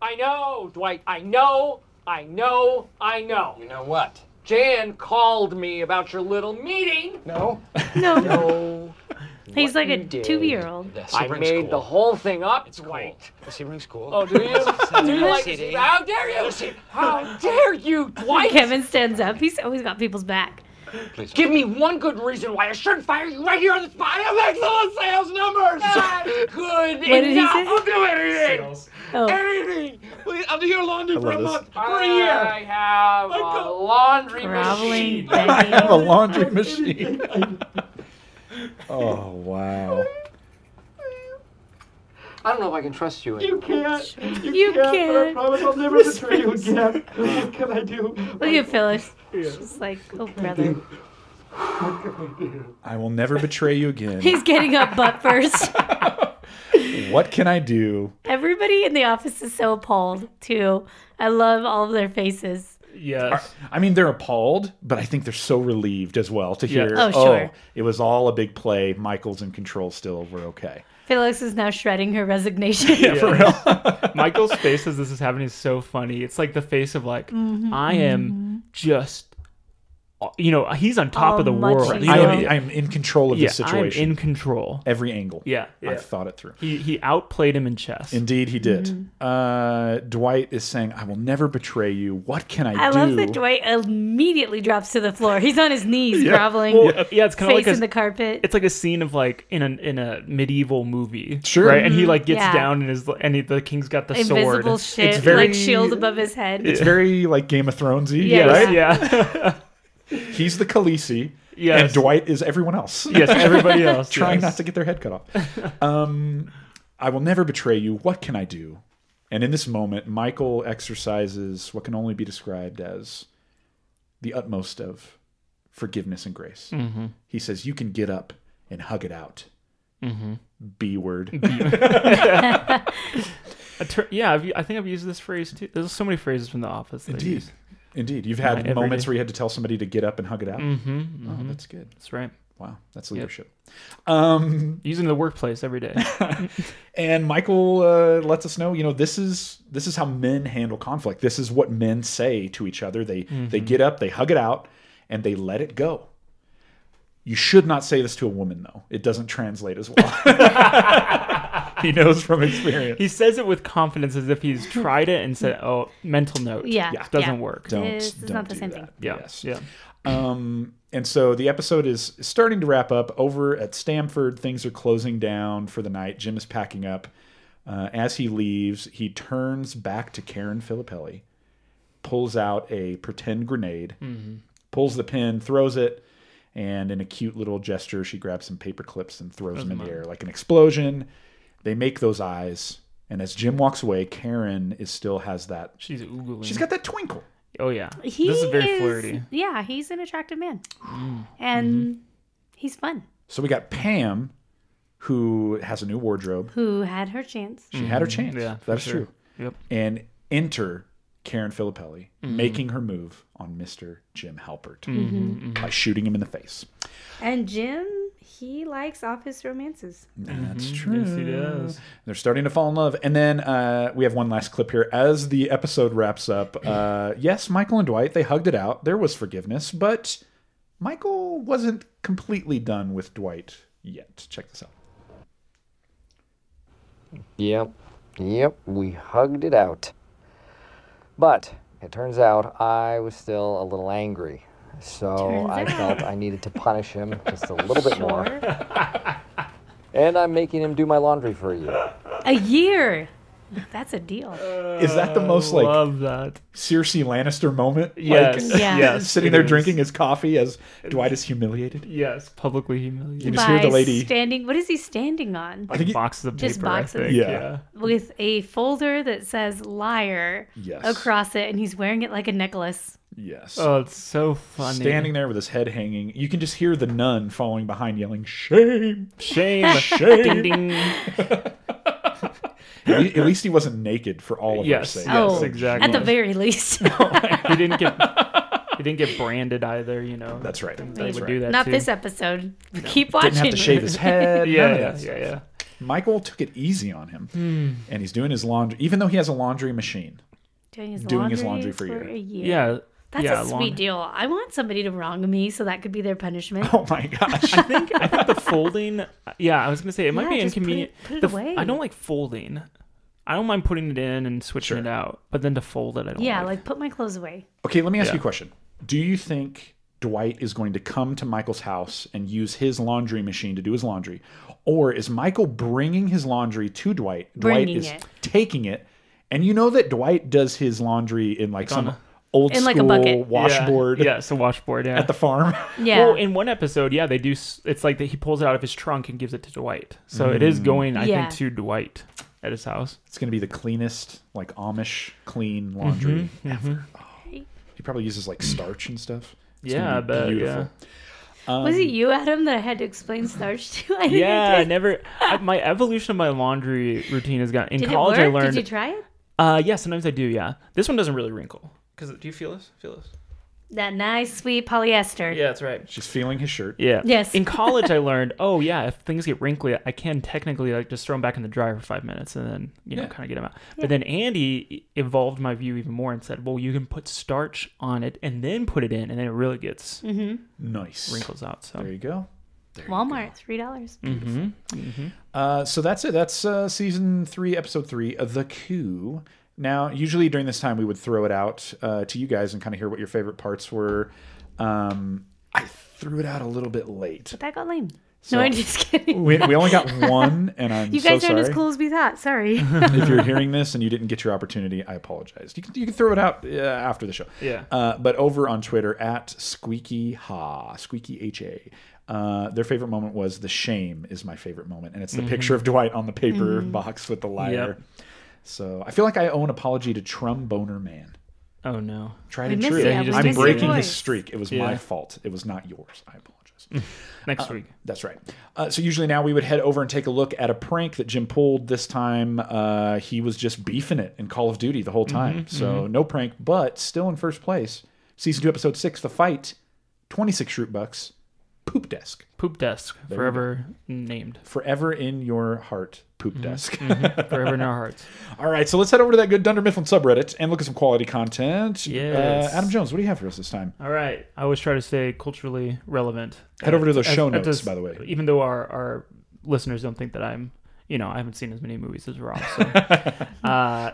Speaker 9: I know, Dwight. I know. I know. I know.
Speaker 6: You know what?
Speaker 9: Jan called me about your little meeting.
Speaker 6: No.
Speaker 3: No,
Speaker 9: [laughs] No,
Speaker 3: he's like a
Speaker 9: you did.
Speaker 3: two-year-old.
Speaker 9: I made the whole thing up,
Speaker 6: It's
Speaker 9: Dwight.
Speaker 6: cool. The Sebring's cool.
Speaker 9: Oh, do [laughs] you? do you like?
Speaker 6: City.
Speaker 9: How dare you? [laughs] How dare you, Dwight?
Speaker 3: Kevin stands up. He's always got people's back.
Speaker 6: Please.
Speaker 9: Give me one good reason why I shouldn't fire you right here on the spot. I have excellent sales numbers. That's good
Speaker 3: What did he
Speaker 9: enough.
Speaker 3: say?
Speaker 9: I'll do anything.
Speaker 3: Oh,
Speaker 9: Anything. Please, I'll do your laundry
Speaker 1: I love this. [laughs]
Speaker 9: for a year. I have a laundry
Speaker 3: groveling,
Speaker 9: machine.
Speaker 1: [laughs] I have a
Speaker 3: begging.
Speaker 1: laundry machine. [laughs] oh wow!
Speaker 9: I don't know if I can trust you.
Speaker 7: You can't.
Speaker 3: You
Speaker 7: I
Speaker 3: can't.
Speaker 7: promise I'll never betray you again. What can I do?
Speaker 3: Look at Phyllis. She's like, oh brother.
Speaker 1: I will never betray you
Speaker 3: [laughs]
Speaker 1: again.
Speaker 3: He's getting up butt first. [laughs]
Speaker 1: What can I do?
Speaker 3: Everybody in the office is so appalled too. I love all of their faces.
Speaker 2: Yes.
Speaker 1: I mean, they're appalled, but I think they're so relieved as well to hear.
Speaker 2: Yeah.
Speaker 3: Oh, sure.
Speaker 1: it was all a big play. Michael's in control still. We're okay.
Speaker 3: Felix is now shredding her resignation.
Speaker 1: for real.
Speaker 2: [laughs] Michael's face as this is happening is so funny. It's like the face of like
Speaker 3: Mm-hmm.
Speaker 2: I am just, uh, you know, he's on top
Speaker 3: All
Speaker 2: of the world.
Speaker 3: mushy.
Speaker 2: You
Speaker 1: I
Speaker 2: know?
Speaker 1: am, I am in control of
Speaker 2: yeah,
Speaker 1: this
Speaker 2: I'm
Speaker 1: situation.
Speaker 2: in control.
Speaker 1: Every angle.
Speaker 2: Yeah, yeah.
Speaker 1: I've thought it through.
Speaker 2: He he outplayed him in chess.
Speaker 1: Indeed, he did.
Speaker 3: Mm-hmm.
Speaker 1: Uh, Dwight is saying, I will never betray you. What can I,
Speaker 3: [laughs] I
Speaker 1: do?
Speaker 3: love that Dwight immediately drops to the floor. He's on his knees, groveling,
Speaker 2: Well, yeah. it's kind of like
Speaker 3: face
Speaker 2: a,
Speaker 3: in the carpet.
Speaker 2: it's like a scene of like in an in a medieval movie,
Speaker 1: Sure.
Speaker 2: right? And he like gets
Speaker 3: Mm-hmm. Yeah.
Speaker 2: down and is and he, the king's got the
Speaker 3: Invisible
Speaker 2: sword.
Speaker 3: shit,
Speaker 1: It's very-
Speaker 3: like shield above his head.
Speaker 1: It's very like Game of Thronesy,
Speaker 3: Yes.
Speaker 1: right? [laughs]
Speaker 2: Yeah,
Speaker 1: He's the Khaleesi,
Speaker 2: Yes.
Speaker 1: and Dwight is everyone else.
Speaker 2: yes.
Speaker 1: [laughs]
Speaker 2: Everybody else
Speaker 1: trying
Speaker 2: yes.
Speaker 1: not to get their head cut off. Um, I will never betray you. What can I do? And in this moment, Michael exercises what can only be described as the utmost of forgiveness and grace.
Speaker 2: Mm-hmm.
Speaker 1: He says, "You can get up and hug it out."
Speaker 2: Mm-hmm.
Speaker 1: B word.
Speaker 2: A ter- yeah, I've, I think I've used this phrase too. There's so many phrases from The Office. That I
Speaker 1: Indeed,
Speaker 2: use.
Speaker 1: indeed. You've
Speaker 2: Not
Speaker 1: had
Speaker 2: every
Speaker 1: moments
Speaker 2: day.
Speaker 1: where you had to tell somebody to get up and hug it out.
Speaker 2: Mhm,
Speaker 1: Oh, that's good.
Speaker 2: that's right.
Speaker 1: Wow, that's leadership. Um,
Speaker 2: Using the workplace every [laughs] day.
Speaker 1: and michael uh, lets us know you know this is this is how men handle conflict this is what men say to each other they they
Speaker 2: Mm-hmm.
Speaker 1: get up they hug it out and they let it go you should not say this to a woman though it doesn't translate as
Speaker 3: [laughs]
Speaker 1: well he knows from experience
Speaker 2: he says it with confidence as if he's tried it and said, "Oh, mental note.
Speaker 3: Yeah,
Speaker 2: it doesn't work."
Speaker 1: don't
Speaker 3: This is
Speaker 1: don't
Speaker 3: not the
Speaker 1: do
Speaker 3: same
Speaker 1: that.
Speaker 3: thing.
Speaker 2: Yeah,
Speaker 1: yes
Speaker 2: yeah.
Speaker 1: Um, and so the episode is starting to wrap up. Over at Stamford, things are closing down for the night. Jim is packing up. Uh, as he leaves, he turns back to Karen Filippelli, pulls out a pretend grenade, pulls the pin, throws it, and in a cute little gesture, she grabs some paper clips and throws them in the air like an explosion. They make those eyes. And as Jim walks away, Karen is still has that.
Speaker 2: She's oogling.
Speaker 1: She's got that twinkle.
Speaker 2: Oh yeah.
Speaker 3: He
Speaker 2: this is very flirty. Mm. Mm-hmm.
Speaker 3: Yeah, he's an attractive man, and he's fun.
Speaker 1: So we got Pam, who has a new wardrobe.
Speaker 3: Who had her chance?
Speaker 1: She had her chance.
Speaker 2: Mm-hmm. Yeah, for
Speaker 1: that's
Speaker 2: sure.
Speaker 1: true.
Speaker 2: Yep. Mm-hmm.
Speaker 1: And enter Karen Filippelli making her move on Mr. Jim Halpert
Speaker 2: mm-hmm.
Speaker 1: by shooting him in the face.
Speaker 3: And Jim, he likes office romances.
Speaker 1: That's true.
Speaker 2: Mm-hmm. Yes, he does.
Speaker 1: They're starting to fall in love. And then uh, we have one last clip here. As the episode wraps up,
Speaker 2: [clears throat]
Speaker 1: uh, yes, Michael and Dwight, they hugged it out. There was forgiveness, but Michael wasn't completely done with Dwight yet. Check this out.
Speaker 9: Yep. Yep, we hugged it out. But it turns out I was still a little angry. So
Speaker 3: Turns
Speaker 9: I
Speaker 3: out.
Speaker 9: felt I needed to punish him
Speaker 3: [laughs]
Speaker 9: just a little bit more.
Speaker 3: Sure.
Speaker 9: And I'm making him do my laundry for you.
Speaker 3: A year. That's a deal.
Speaker 2: Uh,
Speaker 1: Is that the most like
Speaker 2: Love that.
Speaker 1: Cersei Lannister moment.
Speaker 2: Yes.
Speaker 1: Like,
Speaker 3: Yeah.
Speaker 1: [laughs]
Speaker 2: Yes.
Speaker 1: sitting
Speaker 2: it
Speaker 1: there
Speaker 2: is.
Speaker 1: drinking his coffee as Dwight is humiliated.
Speaker 2: Yes. Publicly humiliated.
Speaker 1: just hear the lady-
Speaker 3: standing, what is he standing on?
Speaker 1: I think he-
Speaker 2: boxes of
Speaker 3: Just
Speaker 2: paper. I
Speaker 3: boxes.
Speaker 2: think.
Speaker 1: Yeah.
Speaker 3: With a folder that says liar
Speaker 1: Yes.
Speaker 3: across it, and he's wearing it like a necklace.
Speaker 1: yes.
Speaker 2: Oh, it's so funny. [laughs]
Speaker 1: Standing there with his head hanging, you can just hear the nun falling behind yelling, Shame!
Speaker 2: Shame.
Speaker 1: Shame.
Speaker 2: Ding ding.
Speaker 1: At le- at least he wasn't naked for all of
Speaker 2: Yes.
Speaker 1: our
Speaker 2: Yes.
Speaker 1: sake.
Speaker 3: Oh,
Speaker 2: exactly.
Speaker 3: At the very
Speaker 1: [laughs]
Speaker 3: least. [laughs]
Speaker 2: he didn't get. He didn't get branded either. You know.
Speaker 1: That's right.
Speaker 2: They
Speaker 1: That's
Speaker 2: would
Speaker 1: right.
Speaker 2: do that
Speaker 3: Not
Speaker 2: too.
Speaker 3: this episode. Keep watching.
Speaker 1: Didn't have to shave
Speaker 3: [laughs]
Speaker 1: his head. none
Speaker 2: [laughs] Yeah.
Speaker 1: of
Speaker 2: Yeah.
Speaker 1: that
Speaker 2: Yeah. Hmm.
Speaker 1: stuff.
Speaker 2: yeah.
Speaker 1: Michael took it easy on him, and he's doing his laundry, even though he has a laundry machine. [laughs]
Speaker 3: doing his
Speaker 1: Doing
Speaker 3: laundry,
Speaker 1: his laundry for
Speaker 3: for,
Speaker 1: a
Speaker 3: a year.
Speaker 2: Yeah.
Speaker 3: That's
Speaker 2: yeah,
Speaker 3: a sweet
Speaker 2: long-
Speaker 3: deal. I want somebody to wrong me so that could be
Speaker 1: [laughs]
Speaker 3: their punishment.
Speaker 1: Oh my
Speaker 2: [laughs]
Speaker 1: gosh!
Speaker 2: I think I think the folding. Yeah, I was gonna say it might
Speaker 3: Yeah,
Speaker 2: be
Speaker 3: just put it-
Speaker 2: inconvenient.
Speaker 3: put it
Speaker 2: The f-
Speaker 3: away.
Speaker 2: I don't like folding. I don't mind putting it in and switching it out, but then to fold it, I don't.
Speaker 3: yeah,
Speaker 2: like.
Speaker 3: like put my clothes away.
Speaker 1: Okay, let me ask
Speaker 2: Yeah.
Speaker 1: you a question. Do you think Dwight is going to come to Michael's house and use his laundry machine to do his laundry, or is Michael bringing his laundry to Dwight? Dwight
Speaker 3: Bringing
Speaker 1: is
Speaker 3: it.
Speaker 1: taking it, and you know that Dwight does his laundry in like some old
Speaker 3: In,
Speaker 1: school
Speaker 3: like, a bucket.
Speaker 1: washboard
Speaker 2: Yeah, yeah, it's a washboard. Yeah.
Speaker 1: at the farm. [laughs]
Speaker 3: Yeah.
Speaker 2: Well, in one episode, yeah, they do. s- It's like that he pulls it out of his trunk and gives it to Dwight. So it
Speaker 1: Mm.
Speaker 2: is going, I
Speaker 3: Yeah.
Speaker 2: think, to Dwight at his house.
Speaker 1: it's going to be the cleanest, like Amish
Speaker 2: Mm-hmm,
Speaker 1: clean laundry ever. Oh. He probably uses like starch and stuff. It's gonna
Speaker 2: yeah, I
Speaker 1: be
Speaker 2: bet.
Speaker 1: beautiful.
Speaker 3: was it you, Adam, that I had to explain starch to? [laughs] I
Speaker 2: Yeah. Yeah, I
Speaker 3: didn't
Speaker 2: never. I, my evolution of my laundry routine has gotten. In
Speaker 3: Did it
Speaker 2: college,
Speaker 3: work?
Speaker 2: I learned.
Speaker 3: Did you try it?
Speaker 2: uh, yeah, sometimes I do. Yeah, this one doesn't really wrinkle. Cause do you feel this? Feel this?
Speaker 3: That nice, sweet polyester.
Speaker 2: Yeah, that's right.
Speaker 1: She's feeling his shirt.
Speaker 2: Yeah.
Speaker 3: Yes.
Speaker 2: In college, I learned, oh yeah, if things get wrinkly, I can technically like just throw them back in the dryer for five minutes and then you know
Speaker 1: Yeah.
Speaker 2: kind of get them out. But then Andy e, evolved my view even more and said, well, you can put starch on it and then put it in, and then it really gets
Speaker 1: Nice.
Speaker 2: wrinkles out. So
Speaker 1: There you go.
Speaker 3: Walmart, three dollars.
Speaker 1: Uh, so that's it. That's uh, season three, episode three of The Coup. Now, usually during this time, we would throw it out uh, to you guys and kind of hear what your favorite parts were. Um, I threw it out a little bit late.
Speaker 3: That got lame. no, I'm just kidding.
Speaker 1: We, we only [laughs] got one, and I'm
Speaker 3: you guys
Speaker 1: so
Speaker 3: aren't
Speaker 1: sorry.
Speaker 3: as cool as we thought. Sorry.
Speaker 1: if you're hearing this and you didn't get your opportunity, I apologize. You can, you can throw it out uh, after the show.
Speaker 2: Yeah.
Speaker 1: Uh, but over on Twitter at Squeaky Ha, Squeaky H A, uh, their favorite moment was the shame is my favorite moment, and it's the
Speaker 2: Mm-hmm.
Speaker 1: picture of Dwight on the paper box with the liar. So I feel like I owe an apology to Trumboner Man.
Speaker 2: oh no,
Speaker 1: Tried
Speaker 3: We
Speaker 1: and
Speaker 3: miss
Speaker 1: true.
Speaker 3: you.
Speaker 2: Yeah, you just
Speaker 1: I'm
Speaker 2: miss your
Speaker 1: breaking his
Speaker 3: voice.
Speaker 1: streak. It was my fault. It was not yours. I apologize.
Speaker 2: next week.
Speaker 1: That's right. Uh, so usually now we would head over and take a look at a prank that Jim pulled. This time uh, he was just beefing it in Call of Duty the whole time.
Speaker 2: Mm-hmm,
Speaker 1: so no prank, but still in first place. Season two, episode six, the fight. Twenty-six root bucks. Poop desk
Speaker 2: Poop desk forever
Speaker 1: [laughs]
Speaker 2: named,
Speaker 1: forever in your heart. Poop
Speaker 2: Mm-hmm,
Speaker 1: desk.
Speaker 2: forever in our hearts.
Speaker 1: All right, so let's head over to that good Dunder Mifflin subreddit and look at some quality content.
Speaker 2: Yes. Uh,
Speaker 1: Uh, Adam Jones, what do you have for us this time?
Speaker 2: All right, I always try to stay culturally relevant.
Speaker 1: Head over to those
Speaker 2: As-
Speaker 1: show
Speaker 2: as
Speaker 1: notes,
Speaker 2: does-
Speaker 1: by the way.
Speaker 2: Even though our, our listeners don't think that I'm, you know, I haven't seen as many movies as Rob.
Speaker 1: [laughs]
Speaker 2: So.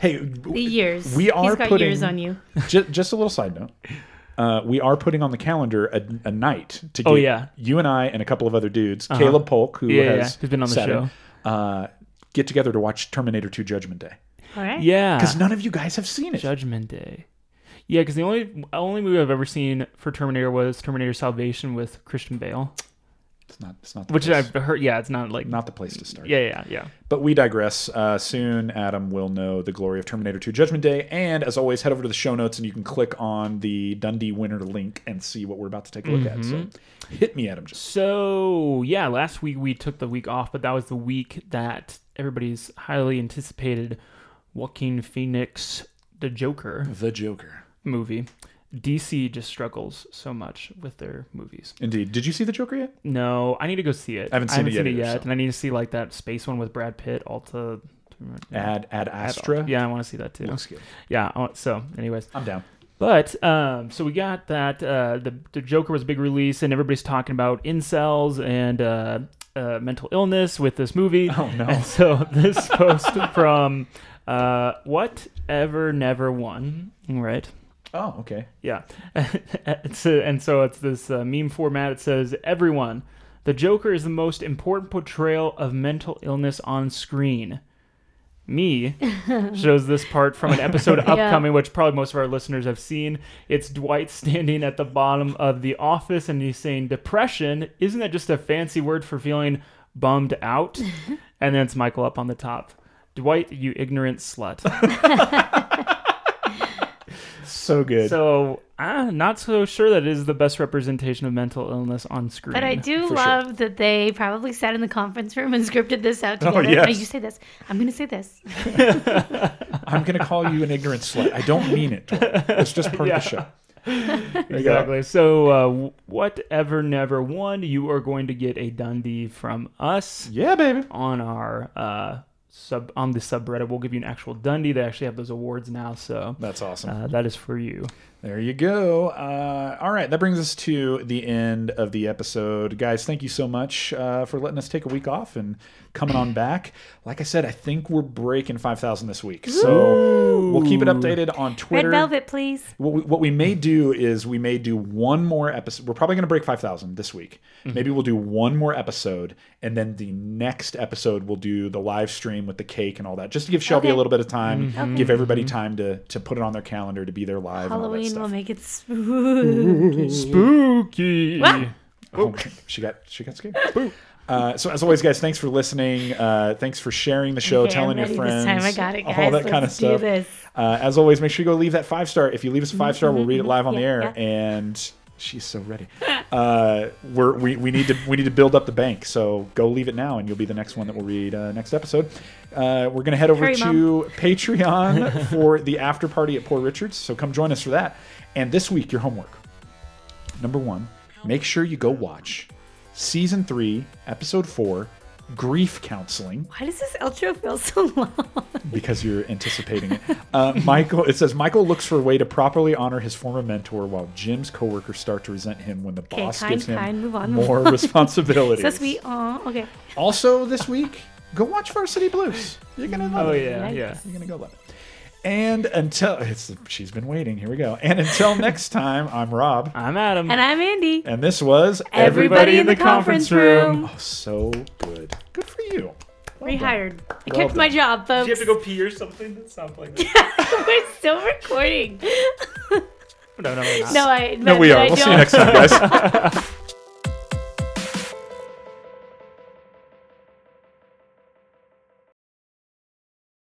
Speaker 1: Hey,
Speaker 3: The years.
Speaker 1: We are
Speaker 3: He's got
Speaker 1: putting-
Speaker 3: years on you.
Speaker 1: just, just a little side note. Uh, we are putting on the calendar a, a night to get
Speaker 2: Oh, yeah. Uh-huh.
Speaker 1: you and I and a couple of other dudes, Caleb Polk, who
Speaker 2: Yeah, yeah,
Speaker 1: has
Speaker 2: who's been on the
Speaker 1: sat in,
Speaker 2: show.
Speaker 1: uh, get together to watch Terminator 2 Judgment Day.
Speaker 3: All right.
Speaker 2: yeah,
Speaker 1: Because none of you guys have seen it.
Speaker 2: Judgment Day. Yeah, because the only only movie I've ever seen for Terminator was Terminator Salvation with Christian Bale,
Speaker 1: It's not, it's not the
Speaker 2: which
Speaker 1: place,
Speaker 2: I've heard. Yeah, it's not like
Speaker 1: not the place to start.
Speaker 2: Yeah, yeah, yeah.
Speaker 1: But we digress. Uh, soon, Adam will know the glory of Terminator 2 Judgment Day. And as always, head over to the show notes and you can click on the Dundee winner link and see what we're about to take a look at.
Speaker 2: Mm-hmm.
Speaker 1: So hit me, Adam. Just
Speaker 2: So yeah, last week we took the week off, but that was the week that everybody's highly anticipated Joaquin Phoenix, the Joker
Speaker 1: the Joker.
Speaker 2: movie. DC just struggles so much with their movies.
Speaker 1: Indeed. Did you see the Joker yet?
Speaker 2: No, I need to go see it. I
Speaker 1: haven't seen it yet either, so-
Speaker 2: and I need to see like that space one with Brad Pitt, Alta.
Speaker 1: Ad, Ad Astra.
Speaker 2: Oh, Yeah, I want to see that too.
Speaker 1: Looks good.
Speaker 2: Yeah. I want- So, anyways,
Speaker 1: I'm down.
Speaker 2: but um, so we got that uh, the the Joker was a big release, and everybody's talking about incels and uh, uh, mental illness with this movie. Oh no! And so this post from uh, whatever never won, right?
Speaker 1: Oh, okay.
Speaker 2: Yeah. [laughs] it's uh and so it's this uh, meme format. It says, Everyone, the Joker is the most important portrayal of mental illness on screen. Me shows this part from an episode upcoming, which probably most of our listeners have seen. It's Dwight standing at the bottom of the office and he's saying, Depression, isn't that just a fancy word for feeling bummed out? and then it's Michael up on the top. Dwight, you ignorant slut.
Speaker 1: So good.
Speaker 2: So I'm not so sure that it is the best representation of mental illness on screen.
Speaker 3: But I do love that they probably sat in the conference room and [laughs] scripted this out together.
Speaker 1: yes.
Speaker 3: "Oh, you say this. I'm going to say this.
Speaker 1: I'm going to call you an ignorant slut. I don't mean it. Dwight. It's just part of the show. There you go.
Speaker 2: exactly. So uh, whatever never won, you are going to get a Dundee from us
Speaker 1: Yeah, baby.
Speaker 2: on our uh, sub on the subreddit. We'll give you an actual Dundee. They actually have those awards now, so
Speaker 1: That's awesome.
Speaker 2: uh, that is for you.
Speaker 1: There you go. Uh, all right, that brings us to the end of the episode, guys. Thank you so much uh, for letting us take a week off and coming on back. Like I said, I think we're breaking five thousand this week, so we'll keep it updated on
Speaker 3: Red
Speaker 1: Twitter.
Speaker 3: Velvet, please.
Speaker 1: What we, what we may do is we may do one more episode. We're probably going to break 5,000 this week. Maybe we'll do one more episode. And then the next episode, we'll do the live stream with the cake and all that, just to give Shelby a
Speaker 3: Okay.
Speaker 1: little bit of time, give everybody time to, to put it on their calendar to be there live.
Speaker 3: Halloween will
Speaker 1: and
Speaker 3: make it spooky.
Speaker 2: Spooky.
Speaker 1: all that stuff. Oh, [laughs] she got she got scared. Boo. Uh, so as always, guys, thanks for listening. Uh, thanks for sharing the show,
Speaker 3: Okay, I'm
Speaker 1: telling your
Speaker 3: ready
Speaker 1: friends,
Speaker 3: this time. I got it,
Speaker 1: all
Speaker 3: guys.
Speaker 1: that kind of
Speaker 3: Let's do
Speaker 1: stuff.
Speaker 3: this.
Speaker 1: Uh, as always, make sure you go leave that five star. If you leave us a five star, we'll read it live on the
Speaker 3: Mm-hmm. Yeah,
Speaker 1: air.
Speaker 3: yeah.
Speaker 1: And she's so ready. Uh, we're, we we need to we need to build up the bank. So go leave it now, and you'll be the next one that we'll read uh, next episode. Uh, we're gonna head over
Speaker 3: Hurry,
Speaker 1: to
Speaker 3: Mom.
Speaker 1: Patreon for the after party at Poor Richards. So come join us for that. And this week, your homework. Number one, make sure you go watch season three, episode four, Grief Counseling.
Speaker 3: Why does this outro feel so long?
Speaker 1: because you're anticipating it. Uh, Michael, it says Michael looks for a way to properly honor his former mentor, while Jim's coworkers start to resent him when the boss
Speaker 3: kind,
Speaker 1: gives him
Speaker 3: kind, move on, move [laughs]
Speaker 1: more
Speaker 3: on.
Speaker 1: responsibilities.
Speaker 3: so sweet. Aw, okay.
Speaker 1: Also, this week, go watch Varsity Blues. You're gonna love
Speaker 2: Oh
Speaker 1: it.
Speaker 2: yeah,
Speaker 3: Yikes.
Speaker 2: yeah.
Speaker 1: You're gonna go love it. And until it's she's been waiting. Here we go. And
Speaker 3: [laughs]
Speaker 1: until next time, I'm Rob,
Speaker 2: I'm Adam.
Speaker 3: And I'm Andy.
Speaker 1: and this was
Speaker 3: Everybody in the conference room.
Speaker 1: Oh, so good. Good for you. Well done.
Speaker 3: Rehired. I
Speaker 1: Well
Speaker 3: kept my job, folks.
Speaker 2: Do you have to go pee or something? That sounds like
Speaker 3: [laughs]
Speaker 2: that.
Speaker 3: We're still
Speaker 2: [laughs]
Speaker 3: recording.
Speaker 2: no, no, no.
Speaker 3: no, I. [laughs]
Speaker 1: No, we are. We'll see you next time, guys.